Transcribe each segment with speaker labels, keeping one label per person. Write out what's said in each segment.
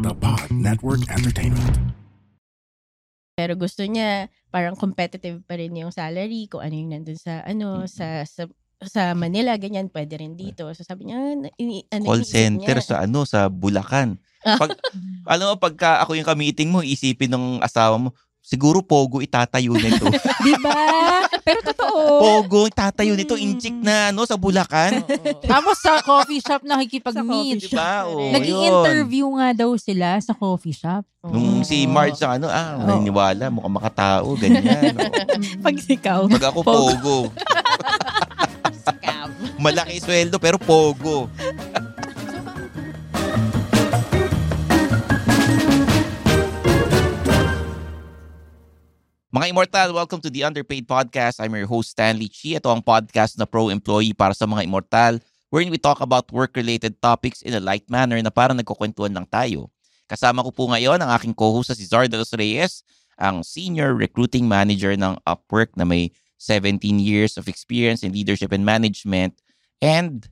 Speaker 1: The Pod Network Entertainment.
Speaker 2: Pero gusto niya parang competitive pa rin yung salary kung ano yung nandun sa ano
Speaker 3: Mm.
Speaker 2: sa sa, sa Manila ganyan pwede rin dito. So sabi niya ah, na- ini, ano,
Speaker 3: call
Speaker 2: iniisip
Speaker 3: center
Speaker 2: niya.
Speaker 3: sa ano sa Bulacan. Pag alam mo pagka ako yung kamiting mo, isipin ng asawa mo, siguro pogo itatayo nito.
Speaker 4: Di ba? Diba? Pero totoo.
Speaker 3: pogo itatayo nito
Speaker 4: Mm.
Speaker 3: inchik na ano sa Bulacan.
Speaker 4: Tapos sa coffee shop
Speaker 2: Sa coffee
Speaker 4: nakikipag-meet.
Speaker 3: Di ba? Oo,
Speaker 4: Naging
Speaker 3: Oh, yun.
Speaker 4: interview nga daw sila sa coffee shop.
Speaker 3: Nung si Marge sa ano, ah,
Speaker 4: Oo.
Speaker 3: naniniwala, mukhang makatao, ganyan. Oo.
Speaker 2: pag sikaw.
Speaker 3: Pag ako
Speaker 2: Pogo.
Speaker 3: pogo,
Speaker 2: Scam.
Speaker 3: malaki sweldo pero pogo. Mga Immortal, welcome to the Underpaid Podcast. I'm your host, Stanley Chi. Ito ang podcast na pro-employee para sa mga Immortal, wherein we talk about work-related topics in a light manner na parang nagkukwentuhan lang tayo. Kasama ko po ngayon ang aking co-host na si Zar de los Reyes, ang Senior Recruiting Manager ng Upwork na may 17 years of experience in leadership and management. And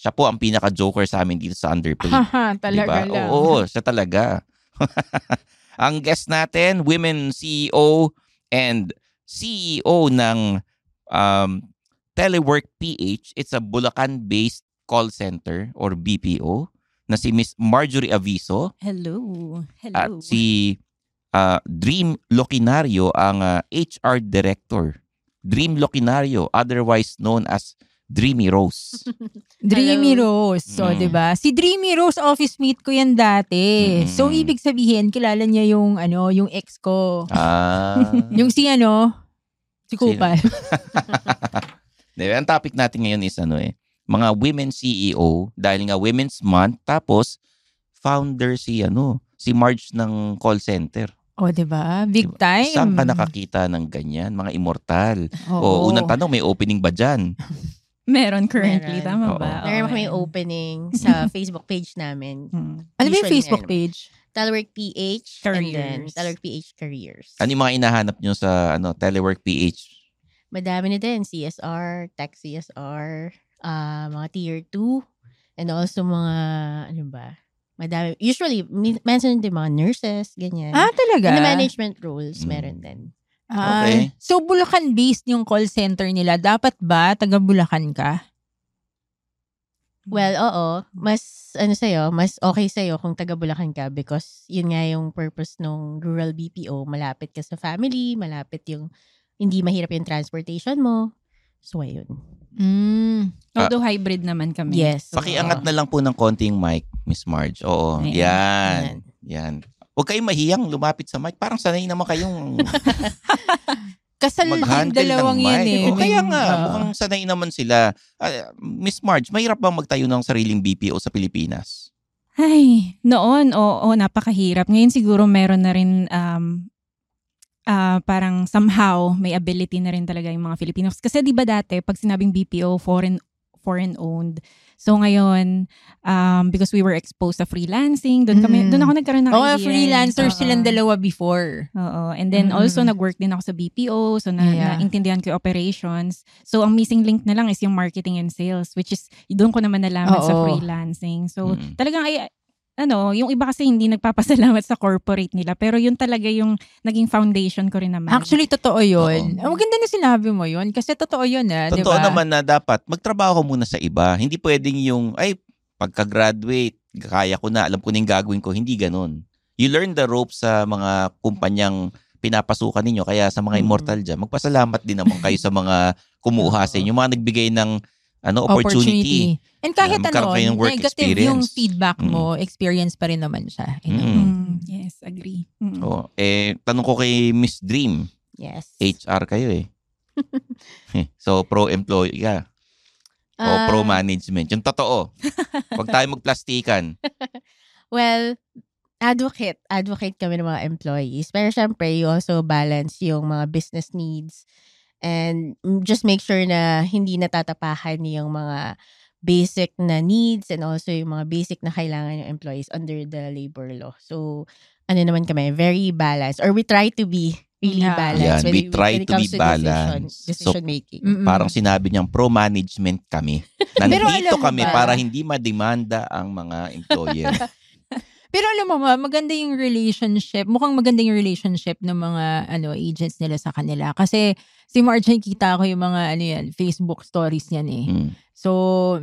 Speaker 3: siya po ang pinaka-joker sa amin dito sa Underpaid.
Speaker 4: Haha, talaga
Speaker 3: Diba?
Speaker 4: lang.
Speaker 3: Oo, siya talaga. Ang guest natin, women CEO and CEO ng um, Telework PH. It's a Bulacan-based call center or BPO na si Miss Marjorie Aviso
Speaker 4: Hello. Hello.
Speaker 3: at si uh, Dream Locinario ang uh, HR Director. Dream Locinario, otherwise known as Dreamy Rose.
Speaker 4: Dreamy Rose. So,
Speaker 3: Mm.
Speaker 4: 'di ba? Si Dreamy Rose office mate ko 'yan dati.
Speaker 3: Mm.
Speaker 4: So, ibig sabihin kilala niya yung ano, yung ex ko.
Speaker 3: Ah.
Speaker 4: Yung si ano, si
Speaker 3: Sino?
Speaker 4: Kupal.
Speaker 3: Diba? Ang topic natin ngayon is ano eh, mga women CEO dahil nga Women's Month tapos founder si ano, si Marge ng call center.
Speaker 4: O, 'di ba? Oh, Big
Speaker 3: Diba?
Speaker 4: time.
Speaker 3: Saan ka nakakita ng ganyan, mga immortal?
Speaker 4: mm. Oo.
Speaker 3: O unang tanong, may opening ba dyan?
Speaker 5: Meron currently,
Speaker 2: Meron.
Speaker 5: tama
Speaker 3: Oo.
Speaker 5: ba?
Speaker 2: Meron kami opening sa Facebook page namin.
Speaker 5: Mm.
Speaker 4: Ano ba yung
Speaker 2: Usually
Speaker 4: Facebook
Speaker 2: meron.
Speaker 4: page?
Speaker 2: Telework PH and then
Speaker 5: Careers.
Speaker 2: Telework PH Careers.
Speaker 3: Ano yung mga inahanap nyo sa ano, Telework PH?
Speaker 2: Madami na din. CSR, tech CSR, ah, mga tier 2, and also mga, ano ba, madami. Usually, min- minsan din mga nurses, ganyan.
Speaker 4: Ah, talaga?
Speaker 2: And
Speaker 5: Ano,
Speaker 2: the management roles,
Speaker 3: Mm.
Speaker 2: meron din.
Speaker 4: Ah,
Speaker 3: Okay.
Speaker 4: So, Bulacan-based yung call center nila. Dapat ba taga Bulacan ka?
Speaker 2: Well, oo. Mas, ano sa'yo, mas okay sa'yo kung taga Bulacan ka because yun nga yung purpose ng rural BPO. Malapit ka sa family, malapit yung, hindi mahirap yung transportation mo. So, ayun.
Speaker 4: Mm.
Speaker 5: Hmm. Although hybrid naman kami.
Speaker 2: Yes.
Speaker 3: Ah. Pakiangat na lang po ng konting mic, Miss Marge. Oo,
Speaker 5: Ayan.
Speaker 3: yan. Yan. Huwag kayong mahiyang lumapit sa mic. Parang sanay naman kayong
Speaker 4: Kasal yung
Speaker 3: mag-handle
Speaker 4: dalawang
Speaker 3: ng
Speaker 4: yun
Speaker 3: mic.
Speaker 4: eh.
Speaker 3: O kaya nga,
Speaker 4: Ah.
Speaker 3: mukhang sanay naman sila. Ah, Miss Marge, mahirap bang magtayo ng sariling BPO sa Pilipinas?
Speaker 5: Ay, noon, oo, napakahirap. Ngayon siguro meron na rin um, ah, parang somehow may ability na rin talaga yung mga Filipinos. Kasi di ba dati, pag sinabing BPO, foreign foreign-owned. So ngayon, um, because we were exposed sa freelancing, doon
Speaker 4: Mm.
Speaker 5: kami, doon ako nagkaroon ng
Speaker 4: Oo,
Speaker 5: ideas.
Speaker 4: freelancer
Speaker 5: Oo.
Speaker 4: silang dalawa before.
Speaker 5: Oo. And then
Speaker 4: Mm.
Speaker 5: also nag-work din ako sa BPO, so na,
Speaker 4: Yeah.
Speaker 5: naintindihan ko yung operations. So ang missing link na lang is yung marketing and sales, which is doon ko naman nalaman sa
Speaker 4: Oo.
Speaker 5: freelancing. So
Speaker 3: Mm.
Speaker 5: talagang ay ano, yung iba kasi hindi nagpapasalamat sa corporate nila, pero yun talaga yung naging foundation ko rin naman.
Speaker 4: Actually, totoo yun.
Speaker 5: Oo.
Speaker 4: Ang ganda na sinabi mo yun. Kasi totoo yun, ah, di
Speaker 3: Totoo
Speaker 4: ba?
Speaker 3: naman na dapat magtrabaho ka muna sa iba. Hindi pwedeng yung, ay, pagka-graduate, kaya ko na, alam ko na yung gagawin ko. Hindi ganun. You learn the ropes sa mga kumpanyang pinapasukan ninyo. Kaya sa
Speaker 4: Mm.
Speaker 3: mga immortal dyan, magpasalamat din naman kayo sa mga kumuha sa inyo. Mga nagbigay ng ano, opportunity.
Speaker 4: And kahit
Speaker 3: Na magkaroon
Speaker 4: ano,
Speaker 3: kayo ng work
Speaker 4: negative
Speaker 3: experience.
Speaker 4: yung feedback mo, experience pa rin naman siya. You know?
Speaker 3: Mm.
Speaker 5: Mm, yes, agree. Mm.
Speaker 3: Oo. eh, tanong ko kay Miss Dream,
Speaker 2: Yes.
Speaker 3: HR kayo eh. Heh, so, pro-employee ka. O
Speaker 2: Ah,
Speaker 3: pro-management. Yung totoo. Huwag tayo magplastikan.
Speaker 2: Well, advocate. Advocate kami ng mga employees. Pero syempre, you also balance yung mga business needs and just make sure na hindi natatapakan yung mga basic na needs and also yung mga basic na kailangan ng employees under the labor law. So, ano naman kami, very balanced. Or we try to be really
Speaker 4: Yeah.
Speaker 2: balanced
Speaker 3: Yan,
Speaker 2: when,
Speaker 3: we try
Speaker 2: when it
Speaker 3: to
Speaker 2: comes
Speaker 3: be
Speaker 2: to decision,
Speaker 3: balanced. So,
Speaker 2: decision making.
Speaker 4: Mm-mm.
Speaker 3: Parang sinabi niyang pro-management kami.
Speaker 4: Mm. Pero alam
Speaker 3: Nandito
Speaker 4: mo
Speaker 3: kami
Speaker 4: ba?
Speaker 3: para hindi mademanda ang mga employer.
Speaker 4: Pero alam mo ma, maganda yung relationship. Mukhang maganda yung relationship ng mga ano agents nila sa kanila. Kasi si Marge nakikita ko yung mga ano yan, Facebook stories niyan eh.
Speaker 3: Mm.
Speaker 4: So,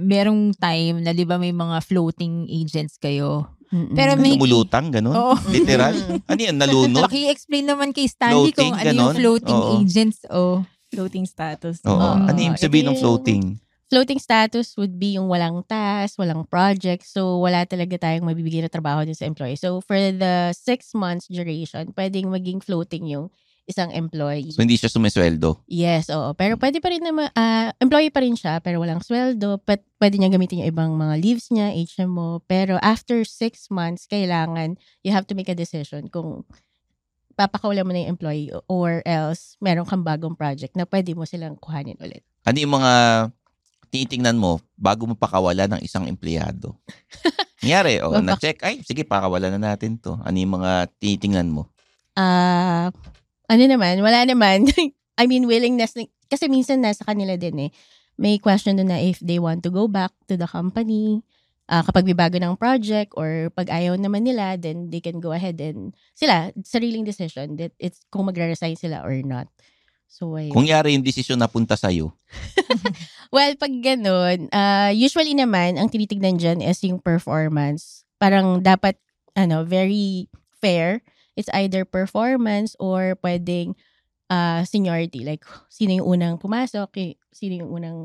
Speaker 4: merong time na 'di ba may mga floating agents kayo.
Speaker 2: Mm-mm.
Speaker 4: Pero may
Speaker 3: Tumulutang, ganun?
Speaker 4: Oo.
Speaker 3: Literal?
Speaker 2: Mm.
Speaker 3: ano yan, nalunod?
Speaker 4: Paki-explain naman kay Stanley
Speaker 3: Floating,
Speaker 4: kung ano yung
Speaker 3: ganon?
Speaker 4: floating
Speaker 3: Oo.
Speaker 4: agents. Oh.
Speaker 5: Floating status.
Speaker 3: Oo.
Speaker 2: Oo.
Speaker 3: ano yung sabihin
Speaker 2: Ito yung-
Speaker 3: ng floating?
Speaker 2: floating status would be yung walang task, walang project. So, wala talaga tayong mabibigay na trabaho din sa employee. So, for the six months duration, pwedeng maging floating yung isang employee.
Speaker 3: So, hindi siya sumisweldo.
Speaker 2: Yes, oo. Pero pwede pa rin naman, ah, employee pa rin siya, pero walang sweldo. But pwede niya gamitin yung ibang mga leaves niya, HMO. Pero after six months, kailangan, you have to make a decision kung papakawalan mo na yung employee or else meron kang bagong project na pwede mo silang kuhanin ulit.
Speaker 3: Ano yung mga titingnan mo bago mo pakawala ng isang empleyado? Nangyari, oh,
Speaker 2: Well,
Speaker 3: na-check. Ay, sige, pakawala na natin to. Ano yung mga titingnan mo?
Speaker 2: Ah, ano naman, wala naman. I mean, willingness. ni- Kasi minsan nasa kanila din eh. May question doon na if they want to go back to the company, ah, kapag may bago ng project or pag ayaw naman nila, then they can go ahead and sila, sariling decision that it's kung magre-resign sila or not. So, ayun.
Speaker 3: Kung yari yung desisyon na punta sa'yo,
Speaker 2: Well, pag ganun, ah, usually naman, ang tinitignan dyan is yung performance. Parang dapat, ano, very fair. It's either performance or pwedeng ah, seniority. Like, sino yung unang pumasok, y- sino yung unang,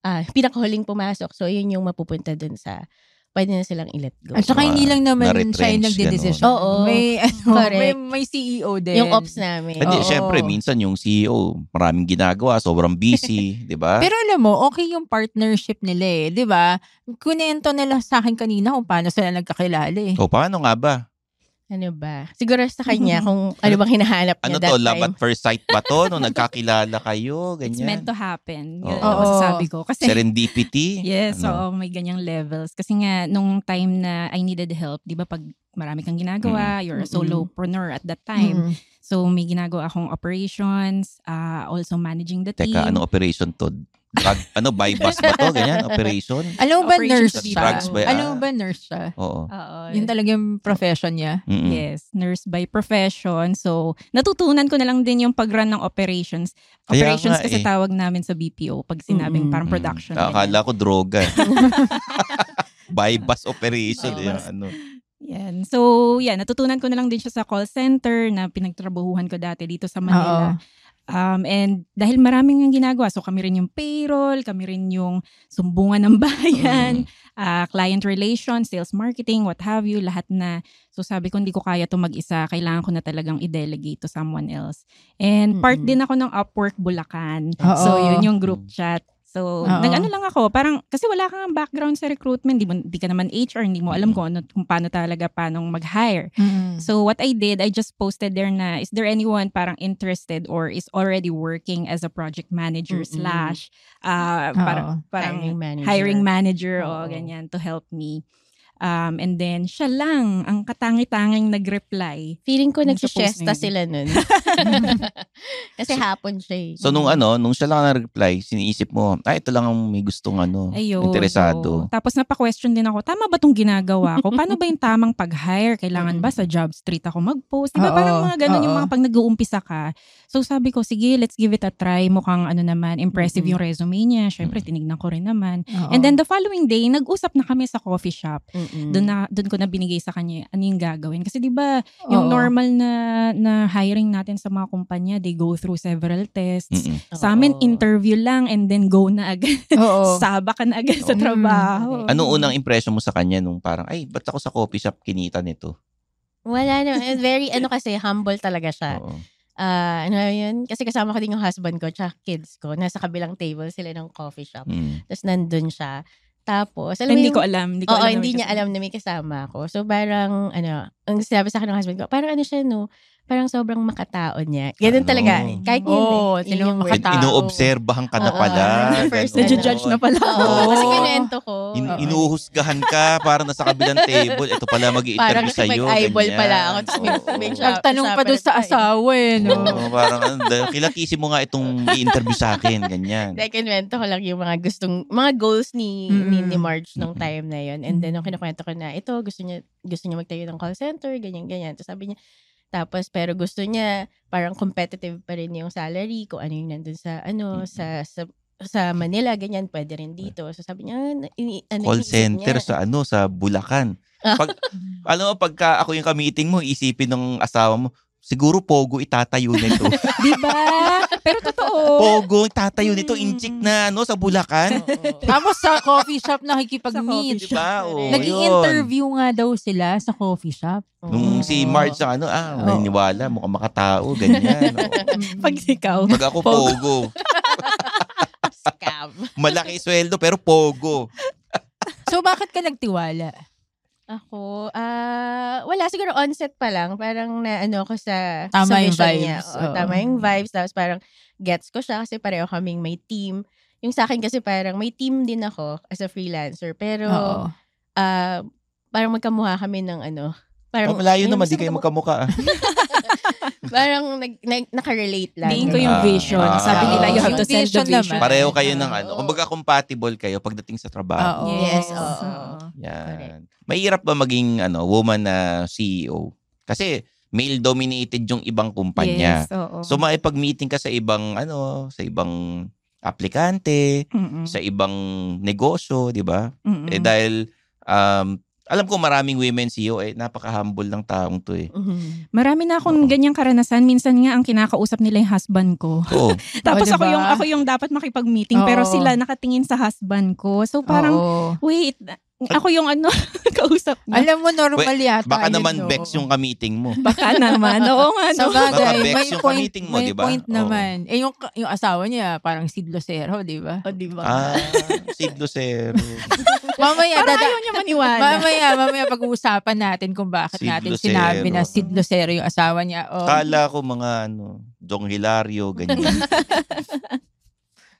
Speaker 2: ah, pinakahuling pumasok. So, yun yung mapupunta dun sa, pwede na silang i-let go.
Speaker 4: At saka
Speaker 3: Ah,
Speaker 4: hindi lang naman siya yung
Speaker 3: na-retrench,
Speaker 4: nagde-decision.
Speaker 2: ganun. Oo.
Speaker 4: May, ano,
Speaker 2: Correct.
Speaker 4: may, may CEO din.
Speaker 2: yung ops namin.
Speaker 3: Hindi,
Speaker 4: Oo.
Speaker 3: syempre, minsan yung CEO, maraming ginagawa, sobrang busy, di ba?
Speaker 4: Pero alam mo, okay yung partnership nila eh, di ba? Kunento nila sa akin kanina kung paano sila nagkakilala eh.
Speaker 3: o, paano nga ba?
Speaker 2: Ano ba? Siguro sa kanya kung ano bang hinahanap niya
Speaker 3: Ano
Speaker 2: that
Speaker 3: to, love
Speaker 2: time.
Speaker 3: at first sight ba to? Nung nagkakilala kayo,
Speaker 5: It's meant
Speaker 3: ganyan.
Speaker 5: to happen.
Speaker 3: Oo.
Speaker 5: Yun ang masasabi ko. Kasi,
Speaker 3: Serendipity?
Speaker 5: Yes,
Speaker 3: Ano?
Speaker 5: oo, may ganyang levels. Kasi nga, nung time na I needed help, di ba pag marami kang ginagawa, you're a
Speaker 2: Mm-mm.
Speaker 5: solopreneur at that
Speaker 2: Mm.
Speaker 5: time. So, may ginagawa akong operations, ah, also managing the team.
Speaker 3: Teka, ano operation to? Drug, ano, bypass ba to? Ganyan, operation?
Speaker 4: Alam mo ba
Speaker 5: Operations
Speaker 4: nurse
Speaker 5: sa
Speaker 4: siya?
Speaker 3: drugs ba? Oh.
Speaker 4: Alam mo
Speaker 3: Ah.
Speaker 4: ba nurse siya?
Speaker 3: Oo.
Speaker 5: Oo.
Speaker 4: Yun talaga yung profession niya.
Speaker 3: Mm-mm.
Speaker 5: Yes, nurse by profession. So, natutunan ko na lang din yung pag-run ng operations.
Speaker 3: Kaya
Speaker 5: Operations
Speaker 3: nga
Speaker 5: kasi
Speaker 3: eh.
Speaker 5: tawag namin sa BPO pag sinabing
Speaker 2: Mm-mm.
Speaker 5: parang production.
Speaker 3: Mm.
Speaker 5: ganyan.
Speaker 3: Akala ko droga. Bypass operation.
Speaker 5: Oo.
Speaker 3: yun, ano.
Speaker 5: Yan. So, yan. Natutunan ko na lang din siya sa call center na pinagtrabahuhan ko dati dito sa Manila. Um, and dahil maraming yung ginagawa, so kami rin yung payroll, kami rin yung sumbungan ng bayan,
Speaker 2: Mm.
Speaker 5: ah, client relations, sales marketing, what have you, lahat na. So sabi ko, hindi ko kaya to mag-isa. Kailangan ko na talagang i-delegate to someone else. And part
Speaker 2: Mm-mm.
Speaker 5: din ako ng Upwork Bulacan.
Speaker 4: Oo.
Speaker 5: So yun yung group chat.
Speaker 4: Oo.
Speaker 5: So, nag-ano lang ako, parang, kasi wala kang background sa recruitment, di, mo, di ka naman HR, hindi mo alam kung, ano, kung paano talaga, paano mag-hire.
Speaker 4: So,
Speaker 5: So, what I did, I just posted there na, is there anyone parang interested or is already working as a project manager
Speaker 2: Mm-mm.
Speaker 5: slash, uh, parang,
Speaker 4: parang,
Speaker 5: parang
Speaker 2: manager.
Speaker 5: hiring manager o
Speaker 2: Oo.
Speaker 5: ganyan to help me. Um, and then, siya lang ang katangi-tanging nag-reply.
Speaker 2: Feeling ko
Speaker 5: Ano sa post
Speaker 2: nagsishesta
Speaker 5: na yun?
Speaker 2: sila nun. Kasi hapon siya eh.
Speaker 3: So
Speaker 5: Mm.
Speaker 3: nung ano, nung siya lang nag-reply, siniisip mo, ay ito lang ang may gustong ano,
Speaker 5: Ayun. oo.
Speaker 3: interesado.
Speaker 5: Tapos napa-question din ako, tama ba tong ginagawa ko? Paano ba yung tamang pag-hire? Kailangan ba sa job street ako mag-post?
Speaker 4: Oo,
Speaker 5: Diba parang mga ganun
Speaker 4: oo.
Speaker 5: yung mga pag nag-uumpisa ka. So sabi ko, sige, let's give it a try. Mukhang ano naman, impressive
Speaker 2: Mm-mm.
Speaker 5: yung resume niya. Siyempre, tinignan ko rin naman.
Speaker 4: and
Speaker 5: And
Speaker 4: then,
Speaker 5: then the following day, nag-usap na kami sa coffee shop.
Speaker 2: Mm-mm.
Speaker 5: Doon na doon ko na binigay sa kanya ano yung gagawin kasi 'di ba
Speaker 4: yung
Speaker 5: yung
Speaker 4: norm,
Speaker 5: normal na na hiring natin sa mga kumpanya they go through several tests.
Speaker 3: Mm-mm.
Speaker 5: Sa amin
Speaker 2: Oo.
Speaker 5: interview lang and then go na agad. Saba ka na agad
Speaker 4: Oo.
Speaker 5: sa trabaho.
Speaker 2: Mm.
Speaker 3: Anong Ano unang impression mo sa kanya nung parang, ay, ba't ako sa coffee shop kinita nito?
Speaker 2: Wala naman. Very, ano kasi, humble talaga siya.
Speaker 3: Oo.
Speaker 2: Ah, ano yun? Kasi kasama ko din yung husband ko tsaka kids ko. Nasa kabilang table sila ng coffee shop.
Speaker 3: Mm.
Speaker 2: Tapos nandun siya. Tapos, alam mo
Speaker 5: hindi
Speaker 2: yung-
Speaker 5: ko alam. Hindi ko
Speaker 2: Oo,
Speaker 5: alam na
Speaker 2: hindi
Speaker 5: may
Speaker 2: niya
Speaker 5: kasama.
Speaker 2: alam na may kasama ako. So parang, ano, ang sinabi sa akin ng husband ko, parang ano siya, no? Parang sobrang makatao niya. Ganun
Speaker 3: Ano?
Speaker 2: talaga. Kahit yun,
Speaker 4: Oo,
Speaker 2: eh,
Speaker 4: sino
Speaker 2: yung
Speaker 3: In-
Speaker 4: Katao.
Speaker 3: inoobserbahan ka na
Speaker 2: Oo,
Speaker 3: pala.
Speaker 2: yun yung Ano first
Speaker 3: ganun.
Speaker 2: na
Speaker 5: Nagja-judge na pala.
Speaker 2: Oo,
Speaker 5: ako.
Speaker 2: kasi
Speaker 4: Oo.
Speaker 2: kinuwento ko.
Speaker 3: In,
Speaker 2: Oo.
Speaker 3: inuhusgahan ka para nasa kabilang table. Ito pala
Speaker 2: Parang
Speaker 3: mag-i-interview
Speaker 2: kasi
Speaker 3: sa'yo.
Speaker 2: mag-eyeball
Speaker 3: ganyan.
Speaker 2: pala ako. Tapos may,
Speaker 3: Oo.
Speaker 2: may siya-
Speaker 4: Magtanong pa doon sa
Speaker 2: separate pa eh.
Speaker 4: asawa eh, no?
Speaker 3: Oo, parang, ano, dahil kilatisin mo nga itong i-interview sa akin. Ganyan.
Speaker 2: Like, kinwento ko lang yung mga gustong, mga goals ni, ni,
Speaker 4: Mm.
Speaker 2: ni Marge nung
Speaker 3: Mm.
Speaker 2: time na yon And then, nung kinukwento ko na, ito, gusto niya, gusto niya magtayo ng call center, ganyan, ganyan. Tapos sabi niya, tapos, pero gusto niya, parang competitive pa rin yung salary, kung ano yung nandun sa, ano,
Speaker 3: Mm.
Speaker 2: sa, sa, sa Manila, ganyan, pwede rin dito. So, sabi niya, ah, na- ini, ano,
Speaker 3: Call
Speaker 2: iniisip
Speaker 3: center
Speaker 2: niya. Ah.
Speaker 3: sa ano, sa Bulacan. Pag, alam mo, pagka ako yung ka-meeting mo, isipin ng asawa mo, siguro Pogo itatayo nito.
Speaker 5: Diba? Pero totoo.
Speaker 3: Pogo itatayo nito, inchik na ano, sa Bulacan.
Speaker 2: Oo.
Speaker 4: Tapos sa coffee shop
Speaker 5: Sa coffee
Speaker 4: nakikipag-meet.
Speaker 5: shop.
Speaker 3: Diba? Oo,
Speaker 4: Nag-interview nga daw sila sa coffee shop.
Speaker 3: yun. Nung
Speaker 2: Oo.
Speaker 3: si Marge sa ano,
Speaker 4: Oo.
Speaker 3: ah, naniniwala, mukhang makatao, ganyan. Oo.
Speaker 5: Pag ikaw.
Speaker 3: Pag ako Pogo,
Speaker 2: Scam.
Speaker 3: malaki sweldo pero Pogo.
Speaker 4: So, bakit ka nagtiwala?
Speaker 2: Ako, ah wala siguro onset pa lang, parang na ano ko sa
Speaker 4: Tama
Speaker 2: sa
Speaker 4: yung
Speaker 2: vision
Speaker 4: vibes,
Speaker 2: Niya. Oo,
Speaker 4: oo.
Speaker 2: tama yung vibes tapos parang gets ko siya kasi pareho kaming may team. Yung sa akin kasi parang may team din ako as a freelancer pero
Speaker 4: Oo.
Speaker 2: ah, parang magkamuha kami ng ano Parang,
Speaker 3: Oh, malayo
Speaker 2: ayun,
Speaker 3: naman,
Speaker 2: basta
Speaker 3: di kayo
Speaker 2: magkamu-
Speaker 3: magkamuka. ah.
Speaker 2: parang nag, nag, nakarelate lang.
Speaker 5: Diin ko yung
Speaker 3: Ah,
Speaker 5: vision.
Speaker 3: ah.
Speaker 5: Sabi nila, you have
Speaker 4: Yung
Speaker 5: to send the
Speaker 4: vision
Speaker 5: vision.
Speaker 4: naman.
Speaker 3: Pareho kayo ng
Speaker 2: Oo.
Speaker 3: ano. Kumbaga compatible kayo pagdating sa trabaho.
Speaker 4: Oo.
Speaker 2: Yes, oo.
Speaker 3: Yan. Mahirap ba maging ano, woman na CEO? Kasi male dominated yung ibang kumpanya.
Speaker 5: Yes, oo.
Speaker 3: So maipag-meeting ka sa ibang ano, sa ibang aplikante,
Speaker 5: Mm-mm.
Speaker 3: sa ibang negosyo, 'di ba?
Speaker 5: Mm-mm.
Speaker 4: Mm-hmm.
Speaker 3: Eh dahil um, alam ko maraming women CEO eh napaka-humble ng taong 'to
Speaker 2: Mhm.
Speaker 3: eh.
Speaker 4: Mm-hmm.
Speaker 5: Marami na akong
Speaker 3: Oo.
Speaker 5: ganyang karanasan. Minsan nga ang kinakausap nila yung husband ko.
Speaker 3: Oo.
Speaker 5: Tapos
Speaker 4: diba?
Speaker 5: ako yung ako yung dapat makipag-meeting pero
Speaker 4: Oo.
Speaker 5: sila nakatingin sa husband ko. So parang
Speaker 4: Oo.
Speaker 5: wait, ako yung ano kausap niya.
Speaker 4: Alam mo, normal yata.
Speaker 3: Baka
Speaker 4: yun,
Speaker 3: naman
Speaker 4: no? Ano?
Speaker 3: bex yung ka-meeting mo.
Speaker 5: Baka naman. Oo nga
Speaker 4: Sa
Speaker 5: no.
Speaker 4: bagay,
Speaker 3: Baka bex
Speaker 4: may
Speaker 3: yung
Speaker 4: point,
Speaker 3: kamiting mo,
Speaker 4: may
Speaker 3: di ba?
Speaker 4: point
Speaker 3: Oo.
Speaker 4: naman. Eh, yung, yung asawa niya, parang Sid Lucero, diba? di ba?
Speaker 2: O, di ba?
Speaker 3: Ah, Sid Lucero.
Speaker 4: Mamaya,
Speaker 5: Parang
Speaker 4: dada,
Speaker 5: ayaw niya maniwala.
Speaker 4: mamaya, mamaya pag-uusapan natin kung bakit
Speaker 3: Sid
Speaker 4: natin
Speaker 3: Lucero.
Speaker 4: sinabi na Sid Lucero yung asawa niya. Oh,
Speaker 3: Kala ko mga ano, Dong Hilario, ganyan.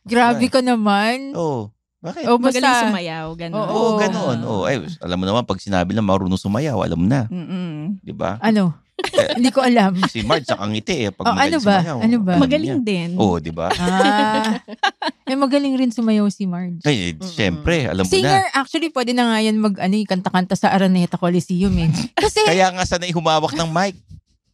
Speaker 4: grabe ka naman.
Speaker 3: Oo. Bakit?
Speaker 4: Oh,
Speaker 5: Eh, Magaling
Speaker 4: basta,
Speaker 5: sumayaw, gano'n.
Speaker 4: Oo.
Speaker 3: Oo, ganoon. Oo, eh, alam mo naman, pag sinabi lang marunong sumayaw, alam na.
Speaker 5: Mm-mm.
Speaker 3: Di ba?
Speaker 4: ano?
Speaker 3: Eh,
Speaker 4: Hindi ko alam.
Speaker 3: si Marge, sa kangiti eh. Pag
Speaker 4: Oh,
Speaker 3: magaling
Speaker 4: ano ba?
Speaker 3: sumayaw,
Speaker 4: Ano ba?
Speaker 3: alam
Speaker 5: Magaling
Speaker 3: niya.
Speaker 5: din.
Speaker 3: Oo, Oh, di ba?
Speaker 4: Ah. Eh, magaling rin sumayaw si Marge.
Speaker 3: Eh,
Speaker 2: Mm-mm.
Speaker 3: siyempre, alam mo na.
Speaker 4: Singer, eh. actually, pwede na nga yan mag, ano, eh, kanta-kanta sa Araneta Coliseum eh. Kasi,
Speaker 3: Kaya nga sanay humawak ng mic.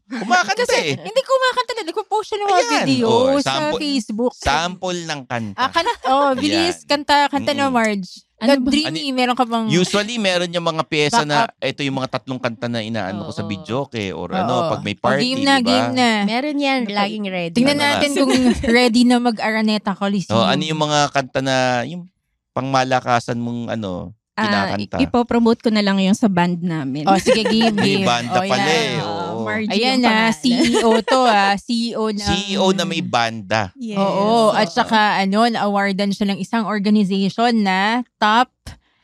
Speaker 3: Kumakanta
Speaker 4: kasi,
Speaker 3: eh.
Speaker 4: hindi ko makanta na. Nagpo-post siya ng mga
Speaker 3: Ayan,
Speaker 4: video
Speaker 3: oh,
Speaker 4: sa
Speaker 3: sample-
Speaker 4: Facebook.
Speaker 3: Sample ng kanta.
Speaker 4: Ah, kan- oh, bilis.
Speaker 3: Ayan.
Speaker 4: Kanta, kanta na
Speaker 3: Mm-mm.
Speaker 4: Marge.
Speaker 5: Ano
Speaker 4: Ano,
Speaker 5: ba-
Speaker 4: Dreamy, meron ka bang...
Speaker 3: Usually, meron yung mga
Speaker 4: Back
Speaker 3: pyesa na, ito yung mga tatlong kanta na inaano ko sa
Speaker 2: Oo.
Speaker 3: videoke or
Speaker 4: Oo.
Speaker 3: ano, pag may
Speaker 4: Oh,
Speaker 3: party,
Speaker 4: game na,
Speaker 3: di ba?
Speaker 4: game na.
Speaker 2: Meron yan, laging ready.
Speaker 4: Tingnan
Speaker 3: Ano na?
Speaker 4: natin kung ready na mag-Araneta Coliseum.
Speaker 3: Oh, ano yung mga kanta na, yung pangmalakasan mong ano,
Speaker 5: Ah,
Speaker 3: kinakanta.
Speaker 5: i- ipopromote ko na lang yung sa band namin.
Speaker 4: Oh, sige, game, game.
Speaker 3: May
Speaker 4: oh,
Speaker 3: banda pala
Speaker 4: yan.
Speaker 3: eh. Oo.
Speaker 5: Margie
Speaker 4: Ayan
Speaker 5: yung
Speaker 4: na,
Speaker 5: pangalan.
Speaker 4: CEO to ah. CEO na.
Speaker 3: CEO E na may banda.
Speaker 5: Yes.
Speaker 4: Oo, at saka ano, na-awardan siya ng isang organization na top,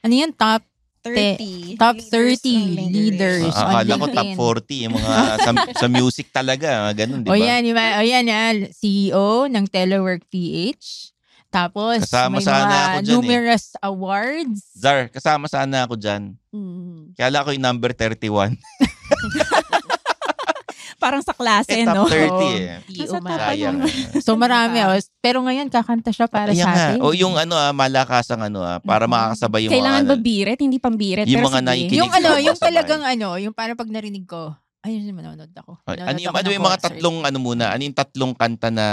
Speaker 4: ano yan, top,
Speaker 5: 30.
Speaker 4: top 30
Speaker 5: Leaders on
Speaker 4: leaders.
Speaker 5: Leaders.
Speaker 4: on
Speaker 3: Ah, Akala ko top
Speaker 4: LinkedIn.
Speaker 3: 40 yung mga sa, sa music talaga, mga ganun, di
Speaker 4: O
Speaker 3: ba?
Speaker 4: yan, yung mga- o yan, ah, CEO ng Telework PH. Tapos,
Speaker 3: Kasama
Speaker 4: may
Speaker 3: sana
Speaker 4: mga
Speaker 3: ako dyan eh.
Speaker 4: numerous awards.
Speaker 3: Zar, kasama sana ako dyan.
Speaker 4: Mm.
Speaker 3: Kala ko yung number 31.
Speaker 5: Parang sa
Speaker 3: Eh,
Speaker 5: klase, no? ano?
Speaker 3: top 30
Speaker 4: Oo.
Speaker 3: eh.
Speaker 2: P.O.
Speaker 5: Nasa
Speaker 4: Ano
Speaker 2: man.
Speaker 5: tapat
Speaker 3: Sayang.
Speaker 4: So marami.
Speaker 5: Diba?
Speaker 4: Oh. Pero ngayon, kakanta siya para
Speaker 3: Ayan
Speaker 4: sa
Speaker 3: nga.
Speaker 4: atin.
Speaker 3: O yung ano ah, malakasang ano ah,
Speaker 4: Mm.
Speaker 3: para makakasabay yung
Speaker 5: Kailangan
Speaker 3: mga ano
Speaker 5: ba biret? Hindi pambiret.
Speaker 3: Yung
Speaker 5: pero
Speaker 3: mga
Speaker 5: sige.
Speaker 3: nakikinig
Speaker 4: Eh, yung
Speaker 3: sa
Speaker 4: ano,
Speaker 3: mga
Speaker 4: yung
Speaker 3: sabay.
Speaker 4: talagang ano, yung parang pag narinig ko, ayun, manonood ako.
Speaker 3: Ay,
Speaker 4: Nanonood
Speaker 3: ano yung,
Speaker 4: ako
Speaker 3: ano
Speaker 4: ng
Speaker 3: yung mga
Speaker 4: concert.
Speaker 3: tatlong ano muna? Ano yung tatlong kanta na